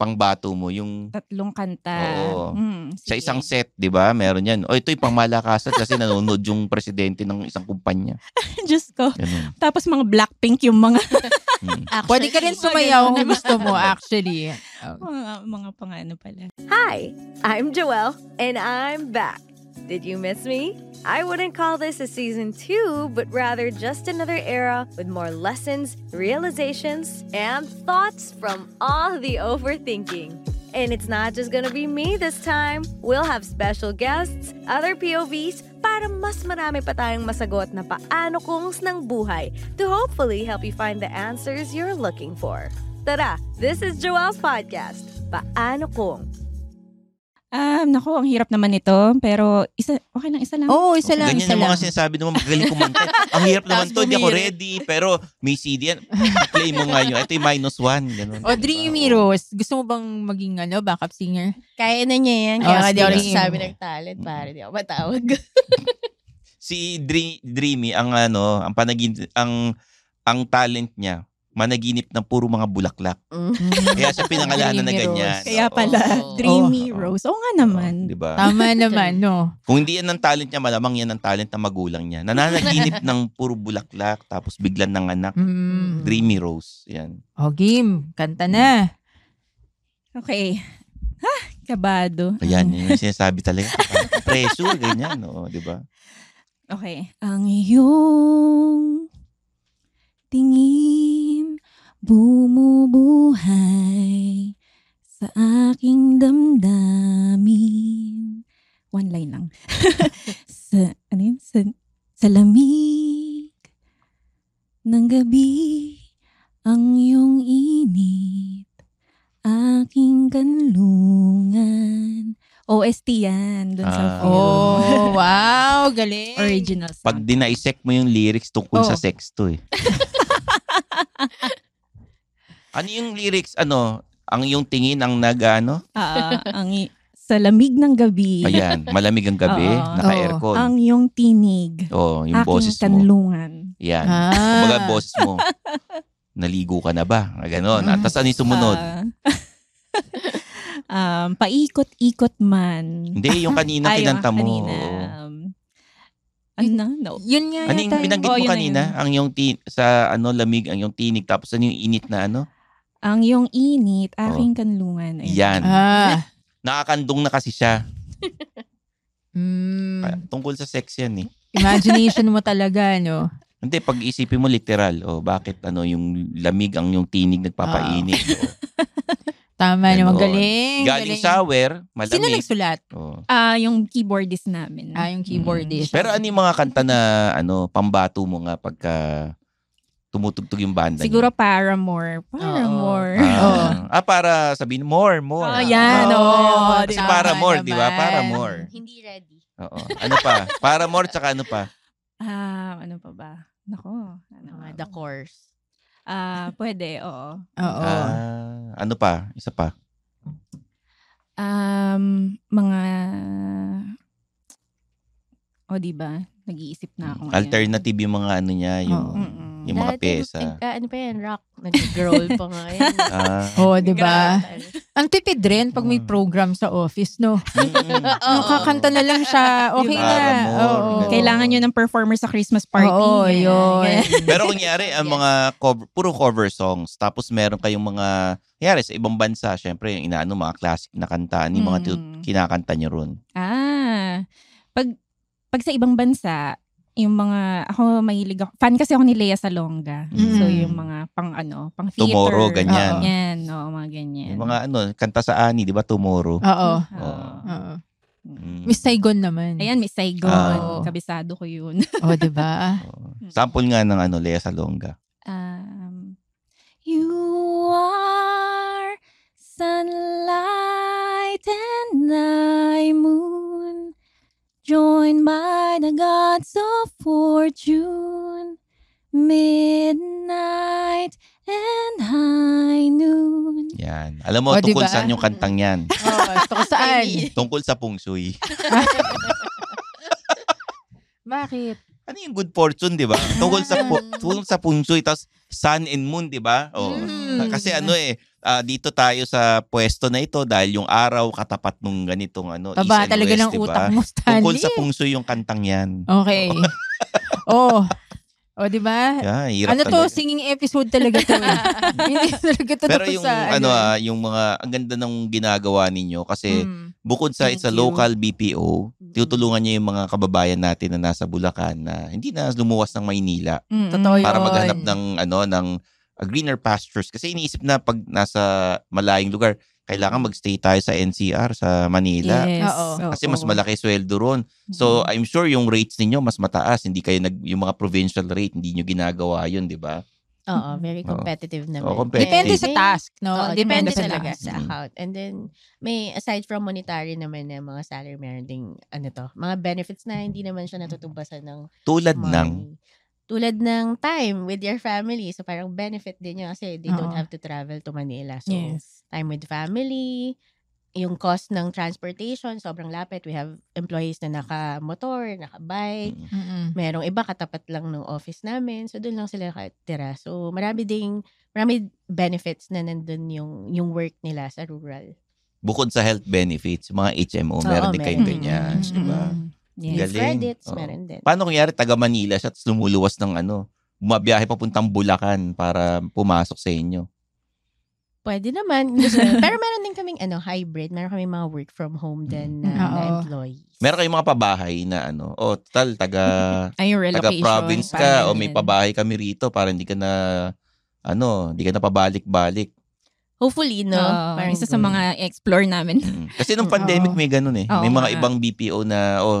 Speaker 3: pangbato mo? Yung
Speaker 5: Tatlong kanta.
Speaker 3: Oo.
Speaker 5: Hmm,
Speaker 3: sa
Speaker 5: sige.
Speaker 3: isang set, di ba? Meron yan. O ito yung pangmalakasan kasi nanonood yung presidente ng isang kumpanya.
Speaker 5: Diyos ko.
Speaker 3: Ganun.
Speaker 5: Tapos mga Blackpink yung mga
Speaker 3: Mm.
Speaker 2: Actually,
Speaker 4: Pwede ka rin sumayaw kung gusto mo actually. Oh.
Speaker 5: mga, mga pangano pala.
Speaker 6: Hi, I'm Joelle, and I'm back. Did you miss me? I wouldn't call this a season two, but rather just another era with more lessons, realizations, and thoughts from all the overthinking. And it's not just gonna be me this time. We'll have special guests, other POVs, para mas marami pa tayong masagot na paano kungs ng buhay to hopefully help you find the answers you're looking for. Tara, this is Joelle's podcast, Paano Kung.
Speaker 5: Um, nako, ang hirap naman nito. Pero isa, okay lang, isa lang.
Speaker 4: Oo, isa lang,
Speaker 3: Ganyan
Speaker 4: isa
Speaker 3: yung
Speaker 4: lang.
Speaker 3: mga sinasabi naman, magaling kumanta. Ang hirap naman
Speaker 4: Tapos
Speaker 3: to, hindi ako
Speaker 4: bumirit.
Speaker 3: ready. Pero may CD yan. Play mo nga yun. Ito yung minus one. Ganun.
Speaker 4: O Dreamy Rose, gusto mo bang maging ano, backup singer?
Speaker 2: Kaya na niya yan.
Speaker 4: Oo,
Speaker 2: Kaya nga di ako
Speaker 4: Oh, sige.
Speaker 2: nagsasabi ng
Speaker 4: Mm.
Speaker 2: talent. Pare, di ako matawag.
Speaker 3: Si Dre- Dreamy, ang ano, ang panagin, ang, ang talent niya, managinip ng puro mga bulaklak. Kaya siya pinangalanan na
Speaker 4: Dreamy
Speaker 3: ganyan.
Speaker 4: Rose.
Speaker 5: Kaya
Speaker 3: Oo.
Speaker 5: pala,
Speaker 2: Oo.
Speaker 5: Dreamy
Speaker 3: Oo.
Speaker 5: Rose. Oo nga
Speaker 3: Oo,
Speaker 5: naman.
Speaker 3: Oh. Di ba?
Speaker 4: Tama naman, no?
Speaker 3: Kung hindi yan ang talent niya, malamang yan ang talent ng magulang niya. Nananaginip ng puro bulaklak, tapos biglan ng anak.
Speaker 4: Mm.
Speaker 3: Dreamy Rose. Yan.
Speaker 4: O game, kanta na.
Speaker 5: Okay. Ha, kabado.
Speaker 3: Ayan, yun yung sinasabi talaga. Pressure, ganyan. Oo, diba? di ba?
Speaker 5: Okay. Ang iyong tingin bumubuhay sa aking damdamin. One line lang. sa, ano yun? Sa, sa lamig ng gabi ang iyong init aking kanlungan. OST yan. Dun sa
Speaker 3: Ah.
Speaker 5: film.
Speaker 4: Oh, wow, galing.
Speaker 5: Original song.
Speaker 3: Pag dinaisect mo yung lyrics tungkol
Speaker 4: Oo.
Speaker 5: Oh.
Speaker 3: sa sex to eh. ano yung lyrics? Ano? Ang iyong tingin ang nag ano?
Speaker 5: Ah, ang i- sa lamig ng gabi,
Speaker 3: Ayan, malamig ang gabi,
Speaker 5: Oo.
Speaker 3: naka-aircon.
Speaker 5: ang iyong tinig,
Speaker 3: Oo, yung
Speaker 5: aking
Speaker 3: boses mo.
Speaker 5: kanlungan.
Speaker 3: Yan.
Speaker 4: Ah.
Speaker 3: Kumbaga boses mo. Naligo ka na ba? Ah, Ganon. At tas ano yung sumunod?
Speaker 5: Ah. um, paikot-ikot man.
Speaker 3: Hindi, yung kanina
Speaker 5: Ay,
Speaker 3: kinanta
Speaker 5: ah,
Speaker 3: mo.
Speaker 5: kanina.
Speaker 3: Oo.
Speaker 5: Um, ano na? No.
Speaker 4: Yun nga
Speaker 3: Ano yung
Speaker 4: yata.
Speaker 3: binanggit
Speaker 5: Oo,
Speaker 3: mo
Speaker 5: yun na
Speaker 3: kanina?
Speaker 5: yun.
Speaker 3: Ang yung ti- sa ano lamig, ang yung tinig, tapos ano yung init na ano?
Speaker 5: Ang iyong init, aking kanlungan.
Speaker 3: Oh.
Speaker 5: Ayun.
Speaker 3: Yan.
Speaker 4: Ah.
Speaker 3: Nakakandong na kasi siya.
Speaker 5: Hmm.
Speaker 3: Ah,
Speaker 4: Mm,
Speaker 3: Tungkol sa sex yan eh.
Speaker 4: imagination mo talaga, no?
Speaker 3: Hindi, pag isipin mo literal, o bakit ano yung lamig ang yung tinig nagpapainit.
Speaker 5: Ah.
Speaker 3: o.
Speaker 4: Tama naman,
Speaker 3: Ganon.
Speaker 4: ano, galing.
Speaker 3: oh. Galing shower, malamig.
Speaker 4: Sino nagsulat?
Speaker 3: Oo.
Speaker 5: Ah, yung keyboardist namin.
Speaker 4: Ah, yung keyboardist.
Speaker 3: Pero ano yung mga kanta na ano, pambato mo nga pagka tumutugtog yung banda niyo?
Speaker 5: Siguro Paramore. Paramore.
Speaker 4: Oh.
Speaker 3: Ah, ah, para sabihin, more, more.
Speaker 5: Ah, yan,
Speaker 4: Oo,
Speaker 5: oo,
Speaker 3: Kasi
Speaker 4: tama
Speaker 3: para more, oh, di ba?
Speaker 4: naman.
Speaker 3: Para more.
Speaker 2: Hindi ready.
Speaker 3: Oo. Ano pa? Para more, tsaka ano pa?
Speaker 5: Ah, ano pa ba? Nako. Ano
Speaker 2: Mga
Speaker 5: ba?
Speaker 2: the course.
Speaker 5: Ah, pwede, oo.
Speaker 4: Oo.
Speaker 3: Ah, ano pa? Isa pa?
Speaker 5: Um, mga O di ba? Nag-iisip na ako. ngayon.
Speaker 3: Alternative yung mga ano niya, yung...
Speaker 4: Oo.
Speaker 5: Mm-mm.
Speaker 3: Yung mga
Speaker 2: Dati,
Speaker 3: pyesa.
Speaker 2: nag- ah, ano pa yan? Rock. Nag-growl pa nga yan.
Speaker 3: Ah,
Speaker 4: Oo, Oh, di ba?
Speaker 2: Grabe.
Speaker 4: Ang tipid rin pag may
Speaker 3: Oo.
Speaker 4: program sa office, no?
Speaker 3: mm-mm.
Speaker 2: Oo.
Speaker 4: Nakakanta na lang siya. Okay
Speaker 5: Diba?
Speaker 4: na.
Speaker 3: Para more,
Speaker 4: Oo.
Speaker 3: ganun.
Speaker 5: Kailangan nyo ng performer sa Christmas party.
Speaker 4: Oo,
Speaker 5: Ganyan,
Speaker 4: yun.
Speaker 5: ganyan.
Speaker 3: Pero kunyari, ang mga cover, puro cover songs. Tapos meron kayong mga, kunyari sa ibang bansa, syempre yung inaano, mga classic na kanta, ano yung mga
Speaker 5: Mm.
Speaker 3: tu- kinakanta nyo ron.
Speaker 5: Ah. Pag pag sa ibang bansa, yung mga, ako mahilig ako, fan kasi ako ni Lea Salonga. So
Speaker 3: Mm.
Speaker 5: yung mga pang ano, pang theater.
Speaker 3: Tomorrow, ganyan.
Speaker 5: Oo. Yan, oo, mga ganyan.
Speaker 3: Yung mga ano, kanta sa ani, di ba? Tomorrow.
Speaker 4: Oo.
Speaker 3: Oo.
Speaker 4: Oo.
Speaker 3: Mm.
Speaker 4: Miss Saigon naman.
Speaker 5: Hmm. Ah. Ayan, Miss Saigon.
Speaker 3: Ah.
Speaker 5: Kabisado ko yun.
Speaker 4: Oh, 'di ba?
Speaker 3: Sample nga ng ano, Lea Salonga.
Speaker 5: Um, you are sunlight and thy moon, joined by the gods of fortune, midnight and high noon.
Speaker 3: Yan. Alam mo,
Speaker 4: Oh,
Speaker 3: tungkol
Speaker 4: diba?
Speaker 3: saan yung kantang yan?
Speaker 4: Oh, gusto ko saan?
Speaker 3: tungkol sa Pung Shui.
Speaker 4: Bakit?
Speaker 3: Ano yung good fortune, di ba? Tungkol sa, pu- tungkol sa Pung Shui, tapos sun and moon, di ba? Oh.
Speaker 4: Mm.
Speaker 3: Kasi ano eh, ah, dito tayo sa pwesto na ito dahil yung araw katapat nung ganitong ano,
Speaker 4: Aba,
Speaker 3: east and
Speaker 4: talaga
Speaker 3: west,
Speaker 4: ng
Speaker 3: di ba?
Speaker 4: utak mo, Stanley.
Speaker 3: Tungkol sa Pung Shui yung kantang yan.
Speaker 4: Okay. oh. Oh, 'di ba?
Speaker 3: Yeah, hirap
Speaker 4: Ano to,
Speaker 3: talaga.
Speaker 4: singing episode talaga to. eh. Hindi talaga to
Speaker 3: Pero
Speaker 4: to
Speaker 3: yung
Speaker 4: sa eh.
Speaker 3: ano, ah, eh, yung mga ang ganda ng ginagawa ninyo kasi
Speaker 4: Mm.
Speaker 3: bukod sa
Speaker 4: Thank
Speaker 3: it's a
Speaker 4: you.
Speaker 3: local BPO, tutulungan niyo yung mga kababayan natin na nasa Bulacan na hindi na lumuwas ng Maynila
Speaker 4: Mm-mm. Totoo
Speaker 3: para
Speaker 4: yun.
Speaker 3: maghanap ng ano ng uh, greener pastures kasi iniisip na pag nasa malayong lugar kailangan magstay tayo sa NCR sa Manila
Speaker 5: Yes.
Speaker 4: Oo.
Speaker 3: kasi mas malaki sweldo ron. So I'm sure yung rates ninyo mas mataas, hindi kayo nag yung mga provincial rate hindi niyo ginagawa 'yun, 'di ba?
Speaker 2: Oo, very
Speaker 3: Oo.
Speaker 2: competitive naman.
Speaker 3: Oo, competitive.
Speaker 4: Depende sa
Speaker 2: May-
Speaker 4: task, no?
Speaker 2: Oo,
Speaker 4: Depende,
Speaker 2: depende,
Speaker 4: sa
Speaker 2: talaga
Speaker 4: task.
Speaker 2: sa
Speaker 3: Mm.
Speaker 2: account. And then, may aside from monetary naman na mga salary, meron ding, ano to, mga benefits na hindi naman siya natutubasan ng
Speaker 3: Tulad
Speaker 2: money.
Speaker 3: ng
Speaker 2: Tulad ng time with your family. So, parang benefit din yun kasi they
Speaker 4: Oo.
Speaker 2: don't have to travel to Manila. So,
Speaker 4: Yes.
Speaker 2: time with family, yung cost ng transportation, sobrang lapit. We have employees na naka-motor, naka-bike.
Speaker 3: Mm.
Speaker 4: Mm-mm.
Speaker 2: Merong iba katapat lang ng office namin. So doon lang sila nakatira. So marami ding marami benefits na nandun yung yung work nila sa rural.
Speaker 3: bukod sa health benefits, yung mga HMO,
Speaker 2: Oo,
Speaker 3: meron din kayong
Speaker 2: meron.
Speaker 3: ganyan,
Speaker 4: Mm-mm.
Speaker 3: di ba?
Speaker 5: Yes.
Speaker 3: Galing.
Speaker 2: Credits
Speaker 3: Oo.
Speaker 2: meron din.
Speaker 3: Paano kung yari taga Manila siya tapos lumuluwas ng ano, bumabiyahe papuntang Bulacan para pumasok sa inyo?
Speaker 2: Pwede naman. Gusto- Pero meron din kaming ano hybrid, meron kaming mga work from home din
Speaker 5: Mm.
Speaker 2: na, na
Speaker 4: Oo.
Speaker 2: employees.
Speaker 3: Meron kayong mga pabahay na ano, o tal, taga,
Speaker 4: Ay, yung
Speaker 3: taga
Speaker 4: relocation.
Speaker 3: province
Speaker 4: parang
Speaker 3: ka, o may
Speaker 4: ganun.
Speaker 3: pabahay kami rito para hindi ka na, ano, hindi ka na pabalik-balik.
Speaker 2: Hopefully no.
Speaker 5: Oo,
Speaker 2: Parang
Speaker 5: isa sa
Speaker 2: ganun.
Speaker 5: mga explore namin.
Speaker 3: Mm. Kasi nung
Speaker 4: Oo.
Speaker 3: pandemic may ganun eh. May
Speaker 5: Oo
Speaker 3: mga
Speaker 5: nga.
Speaker 3: ibang BPO na, oh,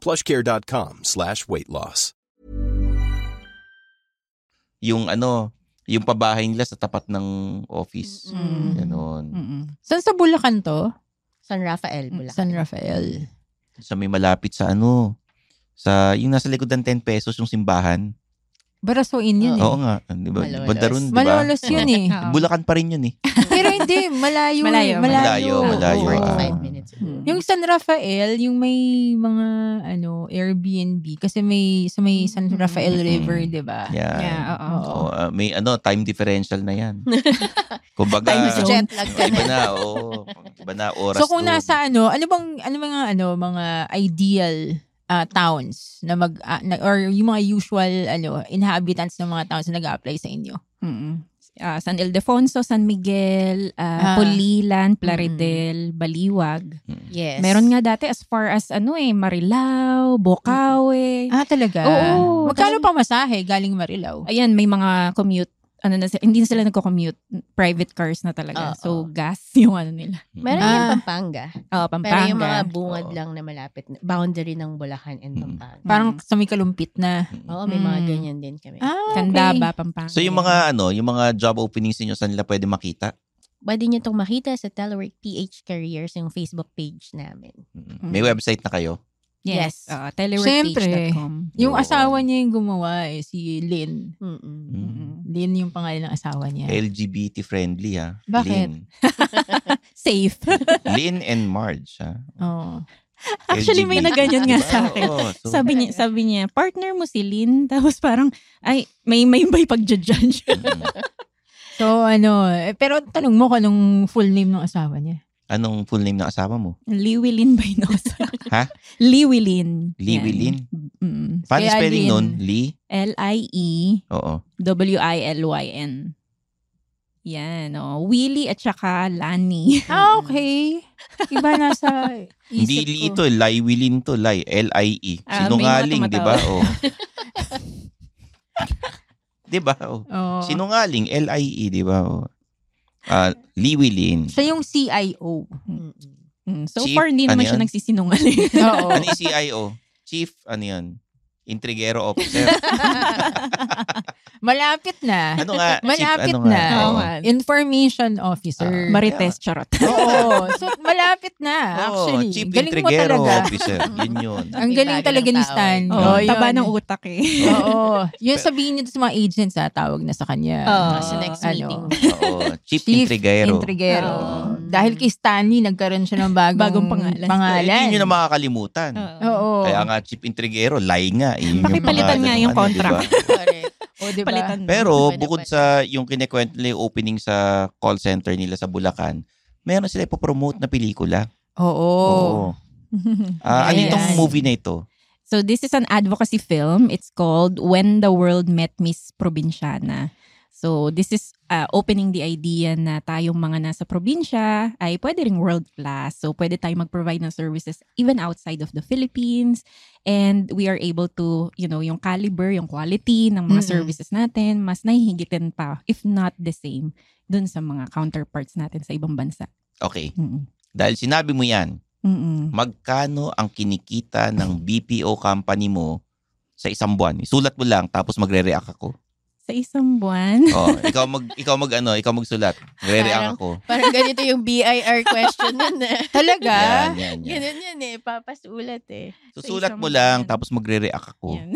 Speaker 7: plushcare.com slash weight loss.
Speaker 3: yung ano, yung pabahay nila sa tapat ng office.
Speaker 4: Mm.
Speaker 3: Ganon.
Speaker 4: Mm-mm. Saan sa Bulacan to?
Speaker 2: San Rafael
Speaker 5: Mm.
Speaker 2: Bulacan.
Speaker 4: San Rafael.
Speaker 3: Sa may malapit sa ano, sa yung nasa likod ng 10 pesos yung simbahan.
Speaker 4: Barasuin yun eh.
Speaker 3: Oo nga. Di ba?
Speaker 4: Malolos.
Speaker 3: Bandaron, di ba?
Speaker 4: Malolos yun eh.
Speaker 3: Bulacan pa rin yun eh.
Speaker 4: Pero hindi, malayo.
Speaker 5: Malayo,
Speaker 4: eh, malayo.
Speaker 3: Malayo, malayo.
Speaker 4: Oo.
Speaker 3: Ah.
Speaker 5: Mm.
Speaker 4: Yung San Rafael, yung may mga ano Airbnb kasi may sa may San
Speaker 2: Mm.
Speaker 4: Rafael River, 'di ba?
Speaker 3: Mm. Yeah.
Speaker 4: oo.
Speaker 3: Oo, ah, may ano, time differential na yan. Kumbaga,
Speaker 4: Time
Speaker 5: Ah.
Speaker 4: zone. Jet lag ka na.
Speaker 3: iba na, oo. Iba na oras.
Speaker 4: So kung
Speaker 3: doon.
Speaker 4: nasa ano, ano bang ano mga ano mga ideal ah, towns na mag ah, na- or yung mga usual ano inhabitants ng mga towns na nag-apply sa inyo?
Speaker 5: Mm-mm. Ah, San Ildefonso, San Miguel, ah,
Speaker 4: Ah.
Speaker 5: Pulilan, Plaridel, Baliwag.
Speaker 2: Mm. Yes.
Speaker 5: Meron nga dati as far as ano eh, Marilao, Bocaue.
Speaker 4: Ah, talaga?
Speaker 5: Oo.
Speaker 4: Magkano pamasahe galing Marilao?
Speaker 5: Ayan, may mga commute. Ano na sila, hindi na sila nagko-commute. Private cars na talaga. so, gas yung ano nila.
Speaker 3: Mm.
Speaker 2: Meron
Speaker 5: Ah.
Speaker 2: yung Pampanga.
Speaker 5: Oo,
Speaker 2: Pero yung mga
Speaker 5: Pampanga.
Speaker 2: bungad lang na malapit. na- Boundary ng Bulacan
Speaker 3: Mm.
Speaker 2: and Pampanga.
Speaker 4: Parang sa may kalumpit na.
Speaker 2: Oo, may mga
Speaker 5: Hmm.
Speaker 4: Mm.
Speaker 2: ganyan din kami.
Speaker 4: Ah,
Speaker 5: Candaba, Pampanga.
Speaker 3: So yung mga ano, yung mga job openings niyo saan nila pwede makita?
Speaker 2: Pwede nyo itong makita sa Telework PH Careers, yung Facebook page namin.
Speaker 3: Mm. May
Speaker 4: Mm.
Speaker 3: website na kayo?
Speaker 5: Yes. Oo,
Speaker 4: Siyempre.
Speaker 5: teleworkpage.com.
Speaker 4: Yung
Speaker 3: Oo.
Speaker 4: asawa niya yung gumawa eh, si Lynn.
Speaker 3: Mm.
Speaker 4: Lynn yung pangalan ng asawa niya.
Speaker 3: LGBT friendly ha.
Speaker 4: Bakit?
Speaker 3: Lynn.
Speaker 4: Safe.
Speaker 3: Lynn and Marge ha.
Speaker 4: Oo.
Speaker 5: Actually, may
Speaker 3: LGBT.
Speaker 5: naganyan nga sa
Speaker 3: Diba?
Speaker 5: akin.
Speaker 3: Oo, so-
Speaker 5: sabi, niya, sabi niya, partner mo si Lynn. Tapos parang, ay, may may may pag-judge.
Speaker 3: Mm.
Speaker 4: So ano, eh, pero tanong mo kung anong full name ng asawa niya.
Speaker 3: Anong full name ng asawa mo?
Speaker 5: Liwilin by Nosa.
Speaker 3: Ha?
Speaker 5: Liwilin.
Speaker 3: Liwilin?
Speaker 5: Mm.
Speaker 3: Paano
Speaker 5: Kaya
Speaker 3: spelling
Speaker 5: Lynn.
Speaker 3: nun? Lee?
Speaker 5: L-I-E-W-I-N.
Speaker 3: Oo.
Speaker 5: Yan, oh. Willie at saka Lani.
Speaker 4: Ah, okay. Iba na sa isip
Speaker 3: Hindi Lee
Speaker 4: ko.
Speaker 3: ito. Lai Wilin to. Lai.
Speaker 4: Ah, may
Speaker 3: L-I-E.
Speaker 4: mga
Speaker 3: Sinungaling, di ba?
Speaker 4: tumatawa.
Speaker 3: Oh. di ba? Oh.
Speaker 4: Oo.
Speaker 3: Sinungaling. L-I-E, di ba? Oh. Ah, Lee Wilin.
Speaker 4: Siya yung CIO.
Speaker 5: Mm, So
Speaker 3: Chief,
Speaker 5: far, hindi
Speaker 3: ano
Speaker 5: naman siya
Speaker 3: yan?
Speaker 5: nagsisinungaling.
Speaker 4: Oo.
Speaker 3: Ano yung CIO? Chief, ano yun? Intrigero officer.
Speaker 4: Malapit na.
Speaker 3: Ano nga, Chief,
Speaker 4: Malapit
Speaker 3: ano nga?
Speaker 4: na.
Speaker 3: Oo.
Speaker 4: Information officer.
Speaker 5: Marites, charot.
Speaker 4: Oo. So, malapit na,
Speaker 3: Ah. Oo,
Speaker 4: actually.
Speaker 3: chief
Speaker 4: Galing mo
Speaker 3: intrigero
Speaker 4: talaga.
Speaker 3: officer. Yun yun.
Speaker 4: Ang galing talaga ni Stan.
Speaker 5: Oh,
Speaker 4: yun.
Speaker 5: taba ng utak eh.
Speaker 4: Oo. Yun sabihin niyo sa mga agents ha, tawag na sa kanya.
Speaker 5: Oo.
Speaker 2: Sa
Speaker 4: Ano?
Speaker 2: next meeting.
Speaker 3: Oo, Chief, Intrigero.
Speaker 4: Intriguero. Dahil kay Stanley, nagkaroon siya ng bagong,
Speaker 5: Bagong pangalan.
Speaker 3: Eh,
Speaker 4: pangalan.
Speaker 3: Hindi nyo na makakalimutan.
Speaker 4: Oo.
Speaker 3: Kaya nga, Chief Intrigero, lie nga. Yun yung pangalan
Speaker 5: Pakipalitan nga
Speaker 3: ng
Speaker 5: yung
Speaker 3: ano,
Speaker 5: contract.
Speaker 3: di ba?
Speaker 2: Correct.
Speaker 4: O, diba?
Speaker 5: Palitan mo.
Speaker 3: Pero
Speaker 2: Pwede,
Speaker 3: bukod
Speaker 2: pwede.
Speaker 3: sa yung kinekwento nila yung opening sa call center nila sa Bulacan, meron sila ipopromote na pelikula.
Speaker 4: Oo.
Speaker 3: Ah, ano
Speaker 4: Yes.
Speaker 3: itong movie na ito?
Speaker 5: So this is an advocacy film. It's called When the World Met Miss Provinciana. So this is uh, opening the idea na tayong mga nasa probinsya ay pwede ring world class. So pwede tayong mag-provide ng services even outside of the Philippines and we are able to, you know, yung caliber, yung quality ng mga
Speaker 4: Mm-mm.
Speaker 5: services natin mas nahihigitan pa if not the same dun sa mga counterparts natin sa ibang bansa.
Speaker 3: Okay.
Speaker 5: Mm-mm.
Speaker 3: Dahil sinabi mo yan,
Speaker 5: Mm-mm.
Speaker 3: magkano ang kinikita ng BPO company mo sa isang buwan? Isulat mo lang tapos magre-react ako.
Speaker 5: Sa isang buwan.
Speaker 3: Oh, ikaw mag ikaw mag ano, ikaw magsulat.
Speaker 2: Parang-
Speaker 3: Magre-react ako.
Speaker 2: Parang ganito yung BIR question yun eh.
Speaker 4: Talaga?
Speaker 3: Yan, yan, yan.
Speaker 2: Ganun yun eh. Papasulat eh.
Speaker 5: Sa
Speaker 3: Susulat
Speaker 5: isang
Speaker 3: mo lang
Speaker 5: buwan.
Speaker 3: tapos magre-react ako.
Speaker 5: Yan.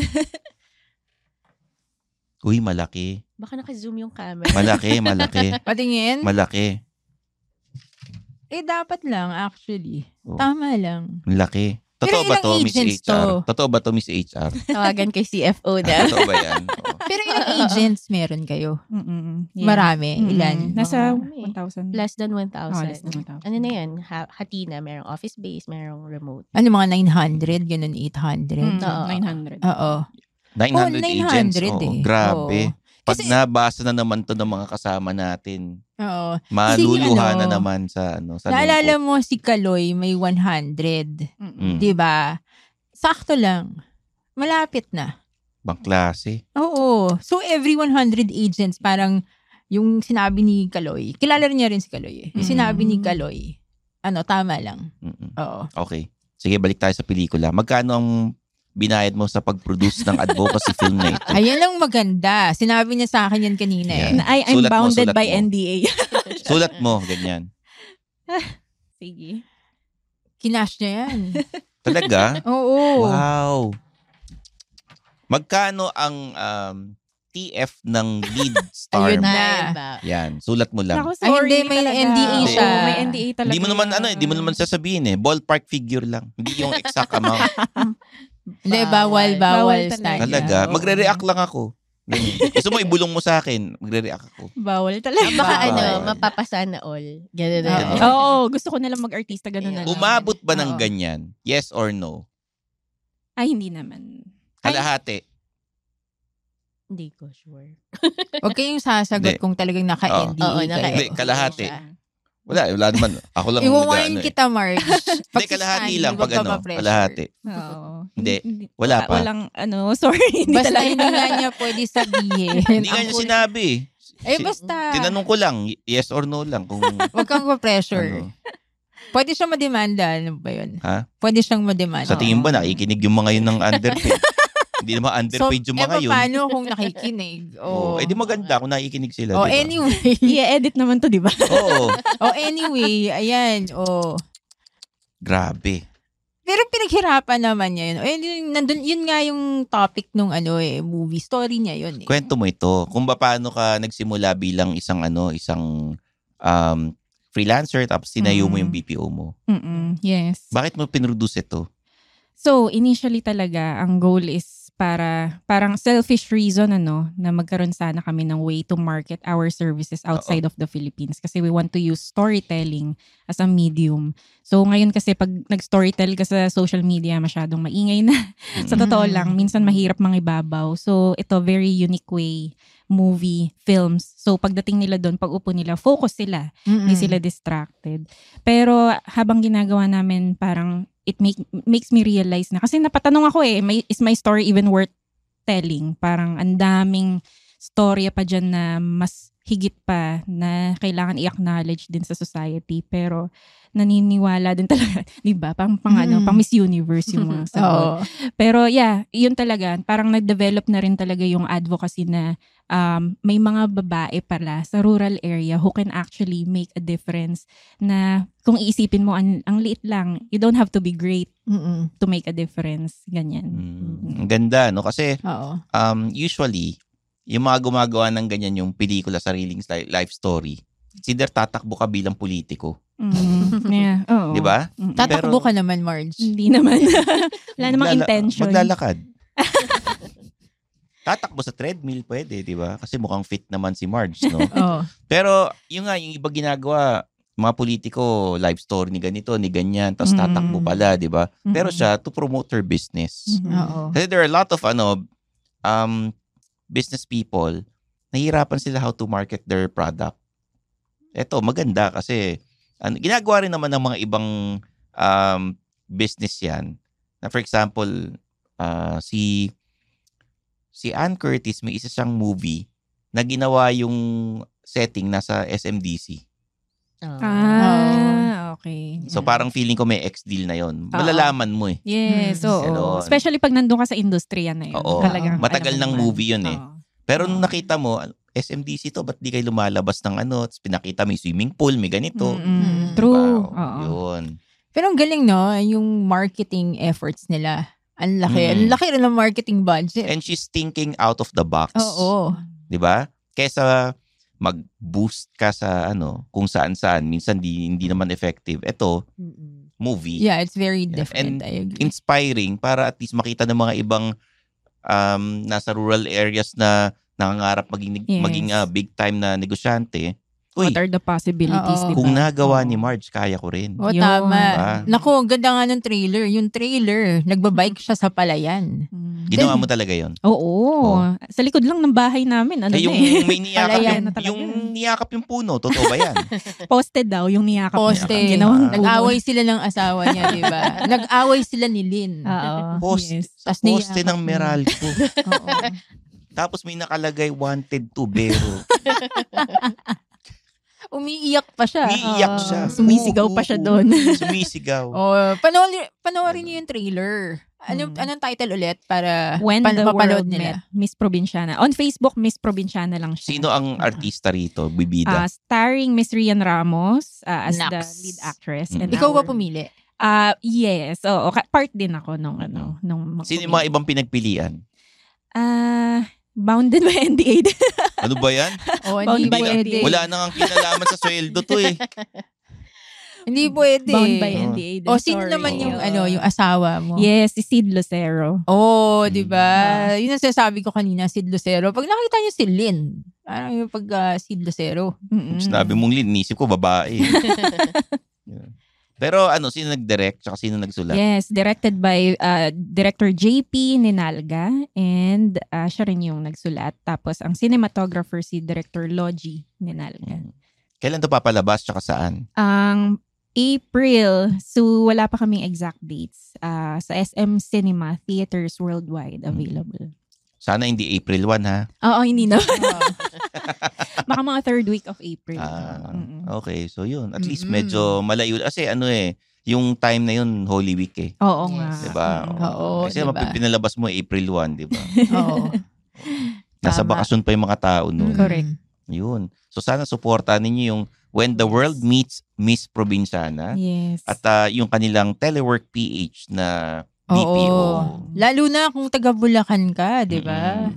Speaker 3: Uy, malaki.
Speaker 2: Baka naka-zoom yung camera.
Speaker 3: Malaki, malaki.
Speaker 4: Patingin?
Speaker 3: Malaki.
Speaker 4: eh, dapat lang, actually.
Speaker 3: Oh.
Speaker 4: Tama lang.
Speaker 3: Malaki. Totoo
Speaker 4: Pero
Speaker 3: ba
Speaker 4: ilang
Speaker 3: to, Miss
Speaker 4: agents to?
Speaker 3: HR? Totoo ba to, Miss HR?
Speaker 2: Tawagan kay CFO na.
Speaker 3: Totoo ba yan? Oo.
Speaker 4: Pero oh, ilang agents meron kayo?
Speaker 5: Mm-mm. Yeah.
Speaker 4: Marami.
Speaker 5: Mm-mm.
Speaker 4: Ilan?
Speaker 5: Nasa
Speaker 2: Marami.
Speaker 5: 1,000.
Speaker 2: Less than 1,000.
Speaker 5: Oh, less than 1,000.
Speaker 2: Ano na yan? Ha- hati na. Merong office base, merong remote.
Speaker 4: Ano, mga 900? Ganun, 800?
Speaker 2: Oo.
Speaker 5: 900.
Speaker 4: Oo.
Speaker 3: 900
Speaker 4: Oh, 900
Speaker 3: agents.
Speaker 4: eh.
Speaker 3: Oo, grabe.
Speaker 4: Oo.
Speaker 3: Pag
Speaker 4: Kasi-
Speaker 3: nabasa na naman to ng mga kasama natin,
Speaker 4: Oo.
Speaker 3: maluluha
Speaker 4: ano,
Speaker 3: na naman sa ano sa
Speaker 4: Naalala
Speaker 3: lingkod.
Speaker 4: mo si Kaloy, may 100.
Speaker 3: Mm.
Speaker 4: Di ba? Sakto lang. Malapit na.
Speaker 3: Bang klase.
Speaker 4: Oo. So every 100 agents, parang yung sinabi ni Kaloy, kilala rin niya rin si Kaloy. eh. Yung
Speaker 3: Mm.
Speaker 4: sinabi ni Kaloy, ano, tama lang.
Speaker 3: Mm-mm.
Speaker 4: Oo.
Speaker 3: Okay. Sige, balik tayo sa pelikula. Magkano ang binayad mo sa pag-produce ng advocacy film na ito?
Speaker 4: Ayan ang maganda. Sinabi niya sa akin yan kanina eh.
Speaker 3: Yeah.
Speaker 5: I, I'm
Speaker 3: Sulat mo,
Speaker 5: bounded
Speaker 3: sulat
Speaker 5: by
Speaker 3: mo.
Speaker 5: NDA.
Speaker 3: Sulat mo, ganyan.
Speaker 5: Sige.
Speaker 4: Kinash niya yan.
Speaker 3: Talaga?
Speaker 4: Oo.
Speaker 3: Wow. Magkano ang um, TF ng lead star.
Speaker 2: Ayun
Speaker 3: mo.
Speaker 2: na, ayun ba?
Speaker 3: Yan, sulat mo lang.
Speaker 5: Ako,
Speaker 4: Ay, hindi, may
Speaker 5: talaga.
Speaker 4: NDA
Speaker 5: Oo,
Speaker 4: siya.
Speaker 5: may NDA talaga.
Speaker 3: Hindi mo naman ano, eh, hindi mo naman sasabihin eh. Ballpark figure lang. Hindi yung exact amount.
Speaker 4: Le, bawal,
Speaker 5: Bawal
Speaker 4: bawal,
Speaker 5: talaga.
Speaker 4: style.
Speaker 3: Talaga.
Speaker 4: Oo.
Speaker 3: Magre-react lang ako. Ganun. Gusto mo ibulong mo sa akin, magre-react ako.
Speaker 5: Bawal talaga.
Speaker 2: Baka ano,
Speaker 3: Bawal.
Speaker 2: mapapasana all. Ganun na.
Speaker 3: Ganun.
Speaker 5: Oo, oh, gusto ko nalang mag-artista, ganun na lang.
Speaker 3: Umabot ba ng
Speaker 5: Oo.
Speaker 3: ganyan? Yes or no?
Speaker 5: Ay, hindi naman. Ay.
Speaker 3: Kalahati.
Speaker 2: Hindi ko sure.
Speaker 4: Huwag kayong sasagot
Speaker 3: Hindi. Ah.
Speaker 4: kung talagang naka-NDA
Speaker 2: Oo,
Speaker 4: kayo.
Speaker 2: naka-
Speaker 3: Hindi, kalahati.
Speaker 2: siya.
Speaker 3: Wala, wala naman. Ako lang ang
Speaker 4: Iwawarn
Speaker 3: nag-ano eh.
Speaker 4: kita, Marge.
Speaker 3: Hindi, kalahati lang pag ano. Kalahati.
Speaker 5: Oo.
Speaker 3: Hindi. Wala pa.
Speaker 5: Walang ano, sorry. Hindi
Speaker 4: Basta
Speaker 5: talaga.
Speaker 4: hindi nga niya eh. pwede sabihin.
Speaker 3: Hindi nga niya sinabi.
Speaker 4: Eh,
Speaker 3: Si-
Speaker 4: basta.
Speaker 3: Tinanong ko lang, y- yes or no lang. Kung,
Speaker 4: Huwag kang
Speaker 3: ano,
Speaker 4: pa-pressure. Pwede siyang mademanda. Ano ba yun?
Speaker 3: ha?
Speaker 4: Pwede siyang mademanda.
Speaker 3: Sa tingin ba nakikinig yung mga yun ng underpaid? Hindi naman underpaid yung
Speaker 4: eh,
Speaker 3: mga yun.
Speaker 4: paano kung nakikinig?
Speaker 3: Oh,
Speaker 4: O,
Speaker 3: eh di maganda kung nakikinig sila.
Speaker 4: o Oh,
Speaker 3: di ba?
Speaker 4: anyway.
Speaker 5: I-edit naman to, di ba?
Speaker 3: Oo.
Speaker 4: o anyway, ayan. O.
Speaker 3: Grabe.
Speaker 4: Pero pinaghirapan naman niya yun. O, yun, yun, nandun, yun nga yung topic nung ano eh, movie story niya yun eh.
Speaker 3: Kwento mo ito. Kung ba paano ka nagsimula bilang isang ano, isang um, freelancer tapos tinayo mo yung
Speaker 5: Mm.
Speaker 3: BPO mo.
Speaker 5: Mm-mm, yes.
Speaker 3: Bakit mo pinroduce ito?
Speaker 5: So, initially talaga, ang goal is para, parang selfish reason, ano, na magkaroon sana kami ng way to market our services outside of the Philippines. Kasi we want to use storytelling as a medium. So, ngayon kasi pag nag-storytell ka sa social media, masyadong maingay na. sa totoo lang, minsan mahirap mangibabaw. So, ito, very unique way movie, films. So, pagdating nila doon, pag upo nila, focus sila hindi sila distracted. Pero habang ginagawa namin, parang it make, makes me realize na. Kasi napatanong ako eh, may, is my story even worth telling? Parang ang daming storya pa dyan na mas higit pa na kailangan i-acknowledge din sa society. Pero naniniwala din talaga, di ba? Pang, pang, ano,
Speaker 4: Mm.
Speaker 5: pang Miss Universe yung mga sagot.
Speaker 4: Oo.
Speaker 5: Pero yeah, yun talaga. Parang nag-develop na rin talaga yung advocacy na um, may mga babae pala sa rural area who can actually make a difference na kung iisipin mo, ang, ang liit lang, you don't have to be great
Speaker 4: Mm-mm.
Speaker 5: to make a difference. Ganyan.
Speaker 3: Mm, Ang ganda, no? Kasi
Speaker 4: Oo.
Speaker 3: um, usually, yung mga gumagawa ng ganyan yung pelikula, sariling li- life story, either tatakbo ka bilang politiko.
Speaker 5: Mm. Yeah. Oo.
Speaker 3: Di ba?
Speaker 5: Mm-mm.
Speaker 4: Tatakbo
Speaker 3: Pero-
Speaker 4: ka naman, Marge.
Speaker 5: Hindi naman. Wala namang
Speaker 3: Maglala-
Speaker 5: intention.
Speaker 3: Maglalakad. tatakbo sa treadmill pwede, di ba? Kasi mukhang fit naman si Marge, no?
Speaker 4: Oo.
Speaker 3: Pero yung nga, yung iba ginagawa, mga politiko, life story ni ganito, ni ganyan, tapos
Speaker 5: Mm.
Speaker 3: tatakbo pala, di ba? Pero
Speaker 5: Mm-mm.
Speaker 3: siya, to promote her business.
Speaker 5: Mhm.
Speaker 4: Oo.
Speaker 3: Kasi there are a lot of ano um business people nahihirapan sila how to market their product. Eto, maganda kasi ano, ginagawa rin naman ng mga ibang um, business 'yan. Na for example, ah, si si Ann Curtis may isa siyang movie na ginawa yung setting nasa SMDC.
Speaker 2: Oo.
Speaker 5: Ah, okay.
Speaker 3: So parang feeling ko may ex-deal na 'yon. Malalaman mo eh.
Speaker 5: Yes,
Speaker 4: Mm.
Speaker 5: oo.
Speaker 3: Ganon.
Speaker 5: Especially pag nandun ka sa industriya na yun.
Speaker 3: Oo.
Speaker 5: Talagang,
Speaker 3: Matagal
Speaker 5: alam
Speaker 3: ng
Speaker 5: mo naman.
Speaker 3: movie 'yun eh.
Speaker 5: Oo.
Speaker 3: Pero nung nakita mo, SMDC to, ba't di kayo lumalabas ng ano? Tapos pinakita may swimming pool, may ganito. Diba?
Speaker 5: Mm-mm.
Speaker 3: Oh,
Speaker 5: True. Oo.
Speaker 3: Yun.
Speaker 4: Pero ang galing, no? Yung marketing efforts nila. Ang laki.
Speaker 3: Mm.
Speaker 4: Ang laki rin ng marketing budget.
Speaker 3: And she's thinking out of the box.
Speaker 4: Oo.
Speaker 3: Di ba? Kesa mag-boost ka sa ano, kung saan-saan. Minsan di, hindi naman effective. Ito,
Speaker 2: Mm-mm.
Speaker 3: movie.
Speaker 4: Yeah, it's very
Speaker 3: Yeah.
Speaker 4: different.
Speaker 3: And
Speaker 4: I agree.
Speaker 3: Inspiring para at least makita ng mga ibang um, nasa rural areas na nangangarap maging,
Speaker 5: Yes.
Speaker 3: maging ah, big time na negosyante. Uy,
Speaker 5: What are the possibilities,
Speaker 4: Oo.
Speaker 5: di ba?
Speaker 3: kung nagawa ni
Speaker 5: Oo.
Speaker 3: Marge, kaya ko rin.
Speaker 4: Oo,
Speaker 5: Yun.
Speaker 4: tama.
Speaker 3: Diba?
Speaker 4: Naku, ang ganda nga ng trailer. Yung trailer, nagbabike siya sa palayan.
Speaker 5: Mm.
Speaker 3: Ginawa mo talaga yon
Speaker 5: Oo.
Speaker 3: Oo.
Speaker 5: Sa likod lang ng bahay namin. Ano
Speaker 3: eh, yung
Speaker 5: na eh.
Speaker 3: may niyakap
Speaker 4: Palayan
Speaker 3: yung,
Speaker 5: na talaga
Speaker 3: yung
Speaker 5: yun.
Speaker 3: niyakap yung puno, totoo ba yan?
Speaker 5: Posted daw yung niyakap niya.
Speaker 4: Poste.
Speaker 5: Ginawang puno.
Speaker 4: Nag-away sila ng asawa niya, di ba? Nag-away sila ni Lynn.
Speaker 2: Ah.
Speaker 5: Oo.
Speaker 3: Post,
Speaker 5: Ah, Yes.
Speaker 3: sa
Speaker 4: Tas niyakap
Speaker 3: poste ng
Speaker 4: yun.
Speaker 3: Meralco.
Speaker 5: Oo.
Speaker 3: Tapos may nakalagay wanted to Bero.
Speaker 4: Umiiyak pa siya.
Speaker 3: Iiyak
Speaker 5: Oo.
Speaker 3: siya.
Speaker 5: Ah, Sumisigaw pa siya doon.
Speaker 3: Sumisigaw.
Speaker 4: Oh, panoorin, panoorin niyo yung trailer. Ano
Speaker 5: Hmm.
Speaker 4: anong title ulit para
Speaker 5: When
Speaker 4: Ah, pan-
Speaker 5: the
Speaker 4: mapanood
Speaker 5: world
Speaker 4: nila?
Speaker 5: met Miss Provinciana. On Facebook, Miss Provinciana lang siya.
Speaker 3: Sino ang artista rito? Bibida.
Speaker 5: Ah, starring Miss Rian Ramos ah, as the
Speaker 4: Naps.
Speaker 5: lead actress.
Speaker 3: Mm.
Speaker 5: and
Speaker 4: Ikaw ba
Speaker 5: our-
Speaker 4: pumili?
Speaker 5: Ah, yes.
Speaker 3: Mm.
Speaker 5: Oo. ka- Part din ako nung ano. Nung
Speaker 3: Sino yung mga ibang pinagpilian?
Speaker 5: Ah, Bound din may NDA din.
Speaker 3: Ano ba yan?
Speaker 4: Oh,
Speaker 5: Bound
Speaker 4: hindi
Speaker 5: by
Speaker 4: pwede.
Speaker 5: NDA.
Speaker 3: Wala nang ang kinalaman sa sweldo to eh.
Speaker 4: Hindi pwede.
Speaker 5: Bound by NDA din.
Speaker 4: O, Oh, sino
Speaker 5: Sorry.
Speaker 4: naman yung,
Speaker 5: Oo.
Speaker 4: ano, yung asawa mo?
Speaker 5: Yes, si Sid Lucero.
Speaker 4: Oh, di ba? Yun ang sinasabi ko kanina, Sid Lucero. Pag nakita niyo si Lynn, parang yung pag ah, Sid Lucero.
Speaker 5: Hmm.
Speaker 4: Mm-mm.
Speaker 3: Sinabi mong Lin, inisip ko babae. Yeah. Pero ano, sino nag-direct tsaka sino nagsulat?
Speaker 5: Yes, directed by uh, director JP Ninalga and uh, siya rin yung nagsulat. Tapos ang cinematographer si director Logi
Speaker 3: Mm.
Speaker 5: Ninalga.
Speaker 3: Kailan to papalabas tsaka saan?
Speaker 5: Ang April, so wala pa kaming exact dates uh, sa SM Cinema Theaters worldwide
Speaker 3: Mm.
Speaker 5: available.
Speaker 3: Sana hindi April 1 ha.
Speaker 5: Oo, hindi na. Baka mga third week of April.
Speaker 3: Ah, okay, so yun. At least
Speaker 5: Mm-mm.
Speaker 3: medyo malayo. Kasi ano eh, yung time na yun, Holy Week eh.
Speaker 5: Oo nga.
Speaker 3: Diba?
Speaker 4: Oo,
Speaker 3: Kasi
Speaker 4: diba?
Speaker 3: mapipinalabas pinalabas mo April 1, di ba?
Speaker 4: Oo.
Speaker 3: Nasa
Speaker 4: Tama.
Speaker 3: bakasyon pa yung mga tao noon.
Speaker 5: Mm-hmm.
Speaker 4: Correct.
Speaker 3: Yun. So sana suportahan ninyo yung When the World Meets Miss Provinciana
Speaker 5: Yes.
Speaker 3: at ah, yung kanilang Telework PH na DPO.
Speaker 4: Oo. Lalo na kung taga Bulacan ka, di ba?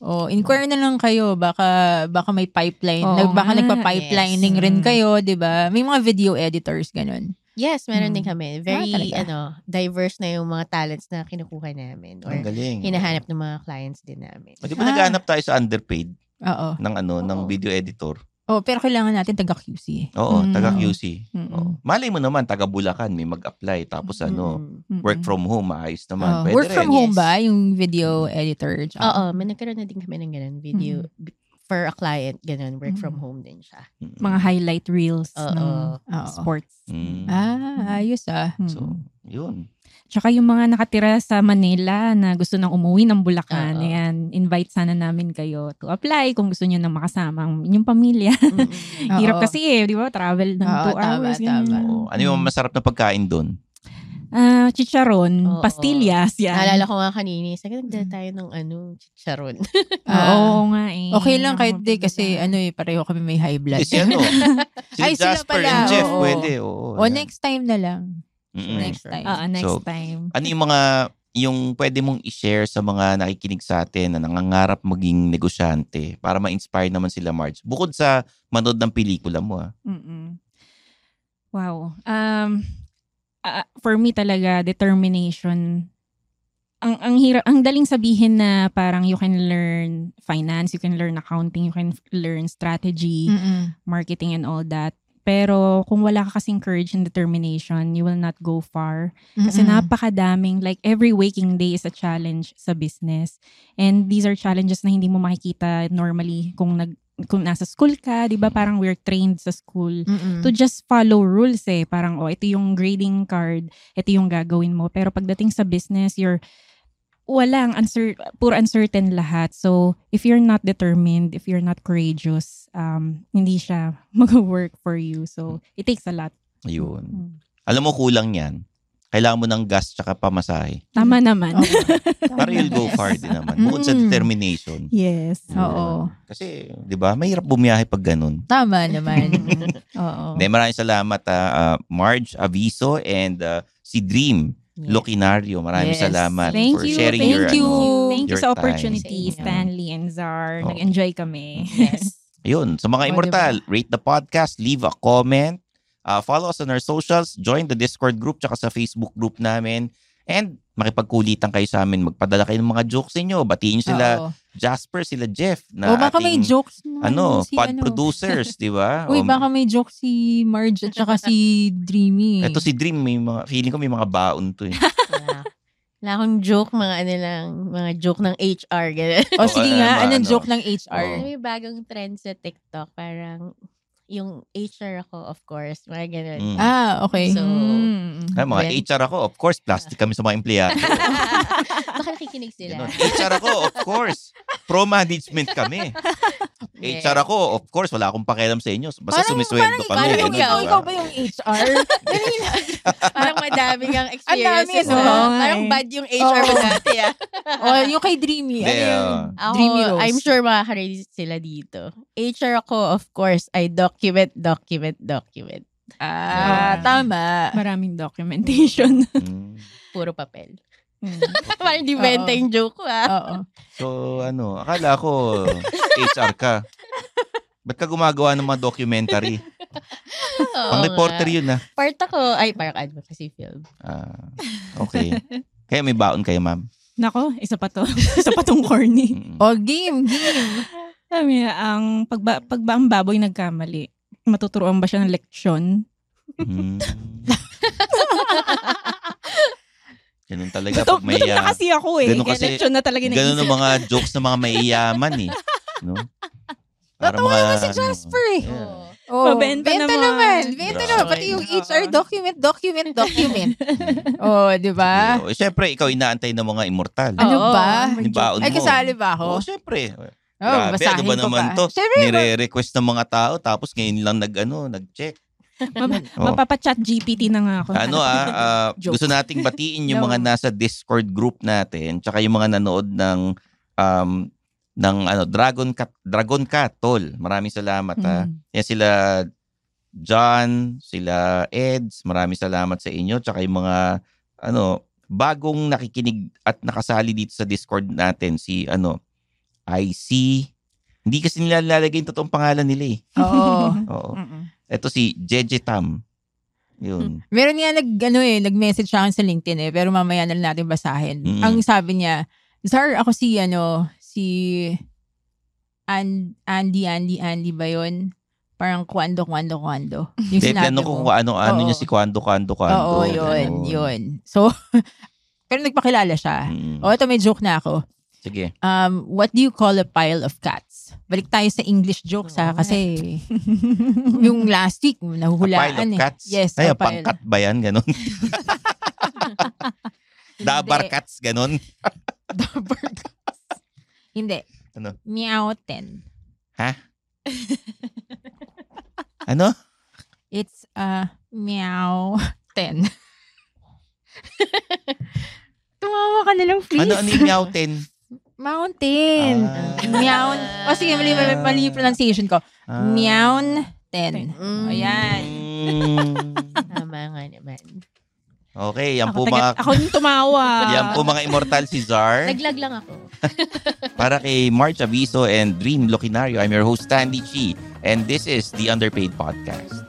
Speaker 4: Oh, inquire na lang kayo baka baka may pipeline,
Speaker 2: Oo
Speaker 4: nag, baka
Speaker 2: nga,
Speaker 4: nagpa-pipelining
Speaker 2: yes.
Speaker 4: rin kayo, 'di ba? May mga video editors ganun.
Speaker 2: Yes, meron din kami. Very,
Speaker 4: Ah, talaga?
Speaker 2: ano, diverse na yung mga talents na kinukuha namin. Or
Speaker 3: Ang galing.
Speaker 2: hinahanap ng mga clients din namin.
Speaker 3: O, Di ba naghahanap tayo sa underpaid
Speaker 4: Oo.
Speaker 3: ng ano, ng video editor?
Speaker 4: Oh, pero kailangan natin taga QC. eh.
Speaker 3: Oo,
Speaker 4: Mm.
Speaker 3: taga QC.
Speaker 4: Mm-mm.
Speaker 3: Oo. Malay mo naman, taga Bulacan, may mag-apply. Tapos ano,
Speaker 2: Hmm.
Speaker 3: work from home, maayos naman.
Speaker 4: Oo. Oh,
Speaker 3: Pwede
Speaker 4: work from
Speaker 3: rin.
Speaker 4: home ba yung video editor? job?
Speaker 2: Oo, may nagkaroon na din kami ng ganun video
Speaker 4: Hmm.
Speaker 2: b- for a client, ganun, work from home din siya.
Speaker 5: Mga highlight reels ng
Speaker 2: Oo. Oo.
Speaker 5: sports.
Speaker 3: Mm.
Speaker 4: Ah, ayos ah.
Speaker 3: So, yun.
Speaker 5: Tsaka yung mga nakatira sa Manila na gusto nang umuwi ng Bulacan, ayan, invite sana namin kayo to apply kung gusto niyo nang makasama ang inyong pamilya.
Speaker 4: Oo.
Speaker 5: Hirap kasi eh, di ba? Travel ng
Speaker 4: Oo,
Speaker 5: two
Speaker 4: tama,
Speaker 5: hours.
Speaker 4: tama.
Speaker 5: ganyan.
Speaker 3: Ano
Speaker 4: Mm.
Speaker 3: yung masarap na pagkain doon?
Speaker 5: Ah, chicharon, pastillas, yan. Mm.
Speaker 2: Naalala ko nga kanina, sa nagda tayo ng ano, chicharon.
Speaker 4: Ah.
Speaker 5: Oo nga eh.
Speaker 4: Okay lang kahit di kasi ano eh, pareho kami may high blood.
Speaker 3: Kasi ano, si
Speaker 4: Ay, sila
Speaker 3: Jasper
Speaker 4: pala,
Speaker 3: and Jeff,
Speaker 4: oo.
Speaker 3: pwede. Oo,
Speaker 4: o
Speaker 3: ayan.
Speaker 4: next time na lang.
Speaker 2: Mm.
Speaker 3: Mm-mm.
Speaker 4: Next time.
Speaker 5: Oo, next
Speaker 3: So,
Speaker 5: time.
Speaker 3: Ano yung mga yung pwede mong i-share sa mga nakikinig sa atin na nangangarap maging negosyante para ma-inspire naman sila Marge. Bukod sa manood ng pelikula mo ah.
Speaker 5: Mm-mm. Wow. Um, ah, for me talaga, determination. Ang ang hira, ang daling sabihin na parang you can learn finance, you can learn accounting, you can f- learn strategy, marketing and all that. Pero kung wala ka kasing courage and determination, you will not go far. Kasi
Speaker 4: Mm-mm.
Speaker 5: napakadaming, like every waking day is a challenge sa business. And these are challenges na hindi mo makikita normally kung nag kung nasa school ka, 'di ba? Parang we're trained sa school
Speaker 4: Mm-mm.
Speaker 5: to just follow rules eh. Parang oh, ito yung grading card, ito yung gagawin mo. Pero pagdating sa business, you're walang uncer- pure uncertain lahat. So, if you're not determined, if you're not courageous, um, hindi siya mag-work for you. So, it takes a lot.
Speaker 3: Ayun. Alam mo kulang 'yan. Kailangan mo ng gas tsaka pamasahe.
Speaker 5: Tama naman.
Speaker 3: Para you'll go far din naman. Bukod sa
Speaker 5: Mm.
Speaker 3: determination.
Speaker 5: yes.
Speaker 4: Oo.
Speaker 3: Kasi, di ba, mahirap bumiyahe pag ganun.
Speaker 4: Tama naman. Oo.
Speaker 3: Hindi, maraming salamat ah, ah, Marge Aviso and ah, si Dream Lokinario. Maraming
Speaker 5: Yes.
Speaker 3: salamat
Speaker 5: Thank
Speaker 3: for
Speaker 5: you.
Speaker 3: sharing
Speaker 5: thank
Speaker 3: your
Speaker 5: you.
Speaker 3: ano,
Speaker 5: thank you
Speaker 3: your time.
Speaker 5: sa
Speaker 3: Oh.
Speaker 5: opportunity, Stanley and Zar.
Speaker 3: Oo.
Speaker 5: Nag-enjoy kami.
Speaker 3: Ayun, sa mga
Speaker 5: Oh,
Speaker 3: immortal, rate the podcast, leave a comment, uh, follow us on our socials, join the Discord group tsaka sa Facebook group namin, and makipagkulitan kayo sa amin. Magpadala kayo ng mga jokes ninyo. Batiin sila
Speaker 4: Oo.
Speaker 3: Jasper, sila Jeff. Na
Speaker 4: o Oh, baka may
Speaker 3: ating,
Speaker 4: jokes na
Speaker 3: Ano,
Speaker 4: si
Speaker 3: pod
Speaker 4: ano.
Speaker 3: producers, di ba? Um,
Speaker 4: Uy,
Speaker 3: O,
Speaker 4: baka may joke si Marge at saka si Dreamy.
Speaker 3: Eto si Dream, may mga, feeling ko may mga baon to eh.
Speaker 2: Wala akong joke, mga ano lang, mga joke ng HR, ganun.
Speaker 4: O Oh, sige
Speaker 3: Oo, ano,
Speaker 4: nga, anong
Speaker 3: ano.
Speaker 4: joke ng HR?
Speaker 2: Alam mo yung bagong trend sa TikTok, parang yung HR ako, of course, mga ganun.
Speaker 3: Mm.
Speaker 4: Ah, okay. Hmm.
Speaker 2: So,
Speaker 3: Ay, mga
Speaker 2: Then-
Speaker 3: HR ako, of course, plastic kami sa mga empleyado.
Speaker 2: Baka nakikinig sila.
Speaker 3: Ganun. HR ako, of course. Pro management kami.
Speaker 2: Yes.
Speaker 3: HR ako, of course, wala akong pakialam sa inyo. Basta
Speaker 4: Parang-
Speaker 3: sumisweldo kami.
Speaker 4: Parang
Speaker 5: ano,
Speaker 3: Ganun,
Speaker 4: ikaw,
Speaker 3: diba?
Speaker 4: ikaw ba yung HR?
Speaker 2: parang madami kang
Speaker 4: Ang dami,
Speaker 2: experiences.
Speaker 4: ano?
Speaker 2: ah.
Speaker 4: Oo nga
Speaker 2: Parang
Speaker 4: eh.
Speaker 2: bad yung HR mo
Speaker 4: Oo.
Speaker 2: dati, ah.
Speaker 4: o, yung kay Dreamy. Ano
Speaker 3: Hindi,
Speaker 4: yun?
Speaker 3: ah.
Speaker 2: Ako,
Speaker 4: Dreamy Rose.
Speaker 2: I'm sure makakarelate sila dito. HR ako, of course, I document, document, document.
Speaker 4: Ah, tama.
Speaker 5: Maraming documentation.
Speaker 3: Mm.
Speaker 5: Hmm.
Speaker 2: Puro papel. Parang di benta
Speaker 4: Oo.
Speaker 2: yung joke ko ah.
Speaker 3: So ano, akala ko HR ka. Ba't ka gumagawa ng mga documentary?
Speaker 2: Oo
Speaker 3: Pang reporter
Speaker 2: nga.
Speaker 3: yun ah.
Speaker 2: Part ako, ay parang advocacy film.
Speaker 3: Ah, okay. Kaya may baon kayo, ma'am.
Speaker 5: Nako, isa pa to. isa pa tong corny.
Speaker 4: O, Oh, game, game.
Speaker 5: Sabi niya, ang pagba, pagba ang baboy nagkamali, matuturoan ba siya ng leksyon?
Speaker 3: Hmm. Ganun talaga. pag
Speaker 5: Gutom-
Speaker 3: may,
Speaker 5: gutom na
Speaker 3: ah,
Speaker 5: kasi ako eh.
Speaker 3: ganun
Speaker 5: Kaya lechon na talaga naisip.
Speaker 3: Ganun ang mga jokes ng mga mayayaman eh. No? Para
Speaker 4: Tatawa naman si
Speaker 3: ano,
Speaker 4: Jasper eh.
Speaker 5: Oh. Mabenta
Speaker 4: benta
Speaker 5: naman.
Speaker 4: naman. Benta
Speaker 3: Grabe.
Speaker 4: naman. Pati yung HR document, document, document. oh, di ba?
Speaker 3: Oh, eh, Siyempre, ikaw inaantay ng mga immortal.
Speaker 4: Ano ba?
Speaker 3: Yung baon
Speaker 4: Ay,
Speaker 3: mo.
Speaker 4: kasali ba ako?
Speaker 3: Oo, syempre.
Speaker 4: Oh,
Speaker 3: Grabe, ano
Speaker 4: basahin
Speaker 3: ba
Speaker 4: ko
Speaker 3: naman
Speaker 4: ba?
Speaker 3: to?
Speaker 4: Syempre,
Speaker 3: Nire-request ng mga tao tapos ngayon lang nag, ano, nag-check.
Speaker 5: Map-
Speaker 3: Oh.
Speaker 5: Mapapachat GPT na nga ako.
Speaker 3: Ano ah, ah,
Speaker 5: Joke.
Speaker 3: gusto nating batiin yung
Speaker 5: No.
Speaker 3: mga nasa Discord group natin tsaka yung mga nanood ng um, ng ano Dragon Cat Dragon Cat tol. Maraming salamat ah.
Speaker 8: Mm.
Speaker 3: Yan sila John, sila Eds, maraming salamat sa inyo tsaka yung mga ano bagong nakikinig at nakasali dito sa Discord natin si ano IC hindi kasi nila lalagay yung totoong pangalan nila eh.
Speaker 4: Oo.
Speaker 3: Oo.
Speaker 4: Oh.
Speaker 5: Mm.
Speaker 4: Mm-mm.
Speaker 3: Ito si Jeje Tam. Yun.
Speaker 4: Meron nga nag, ano eh, nag-message sa akin sa LinkedIn eh, pero mamaya na lang natin basahin.
Speaker 3: Mm.
Speaker 4: Ang sabi niya, Sir, ako si, ano, si And, Andy, Andy, Andy ba yun? Parang kwando, kwando, kwando. Yung
Speaker 3: Yung
Speaker 4: sinabi
Speaker 3: plano
Speaker 4: mo.
Speaker 3: ko kung ano, ano
Speaker 4: Oo.
Speaker 3: niya si Kwando, Kwando, Kwando.
Speaker 4: Oo, yun,
Speaker 3: Ganun.
Speaker 4: yun. So, pero nagpakilala siya.
Speaker 3: Mm.
Speaker 4: O, ito may joke na ako.
Speaker 3: Sige.
Speaker 4: Um, what do you call a pile of cats? Balik tayo sa English jokes ha, kasi yung last week,
Speaker 3: Pile
Speaker 4: nahuhulaan
Speaker 3: of
Speaker 4: eh.
Speaker 3: cats.
Speaker 4: Yes, a
Speaker 3: Ay, ang
Speaker 4: pile.
Speaker 3: pangkat ba yan? Ganun. Dabar
Speaker 4: Hindi.
Speaker 3: cats, ganun.
Speaker 4: Hindi.
Speaker 3: Ano?
Speaker 4: Meowten.
Speaker 3: Ha? Ano?
Speaker 4: It's a meow ten. Tumawa ka na lang, please.
Speaker 3: Ano, Ah. ano yung meowten?
Speaker 4: Mountain. Meow. O sige, mali, mali, mali yung pronunciation ko.
Speaker 3: Ah.
Speaker 4: Meown ten.
Speaker 3: Mm.
Speaker 4: Ayan.
Speaker 2: Tama nga naman.
Speaker 3: Okay, yan
Speaker 2: Ako
Speaker 3: po
Speaker 2: taga-
Speaker 3: mga...
Speaker 2: ako yung
Speaker 5: tumawa.
Speaker 4: ah,
Speaker 3: yan po mga immortal si Zar.
Speaker 2: Naglag lang ako.
Speaker 3: Para kay March Aviso and Dream Locinario, I'm your host, Stanley Chi. And this is The Underpaid Podcast.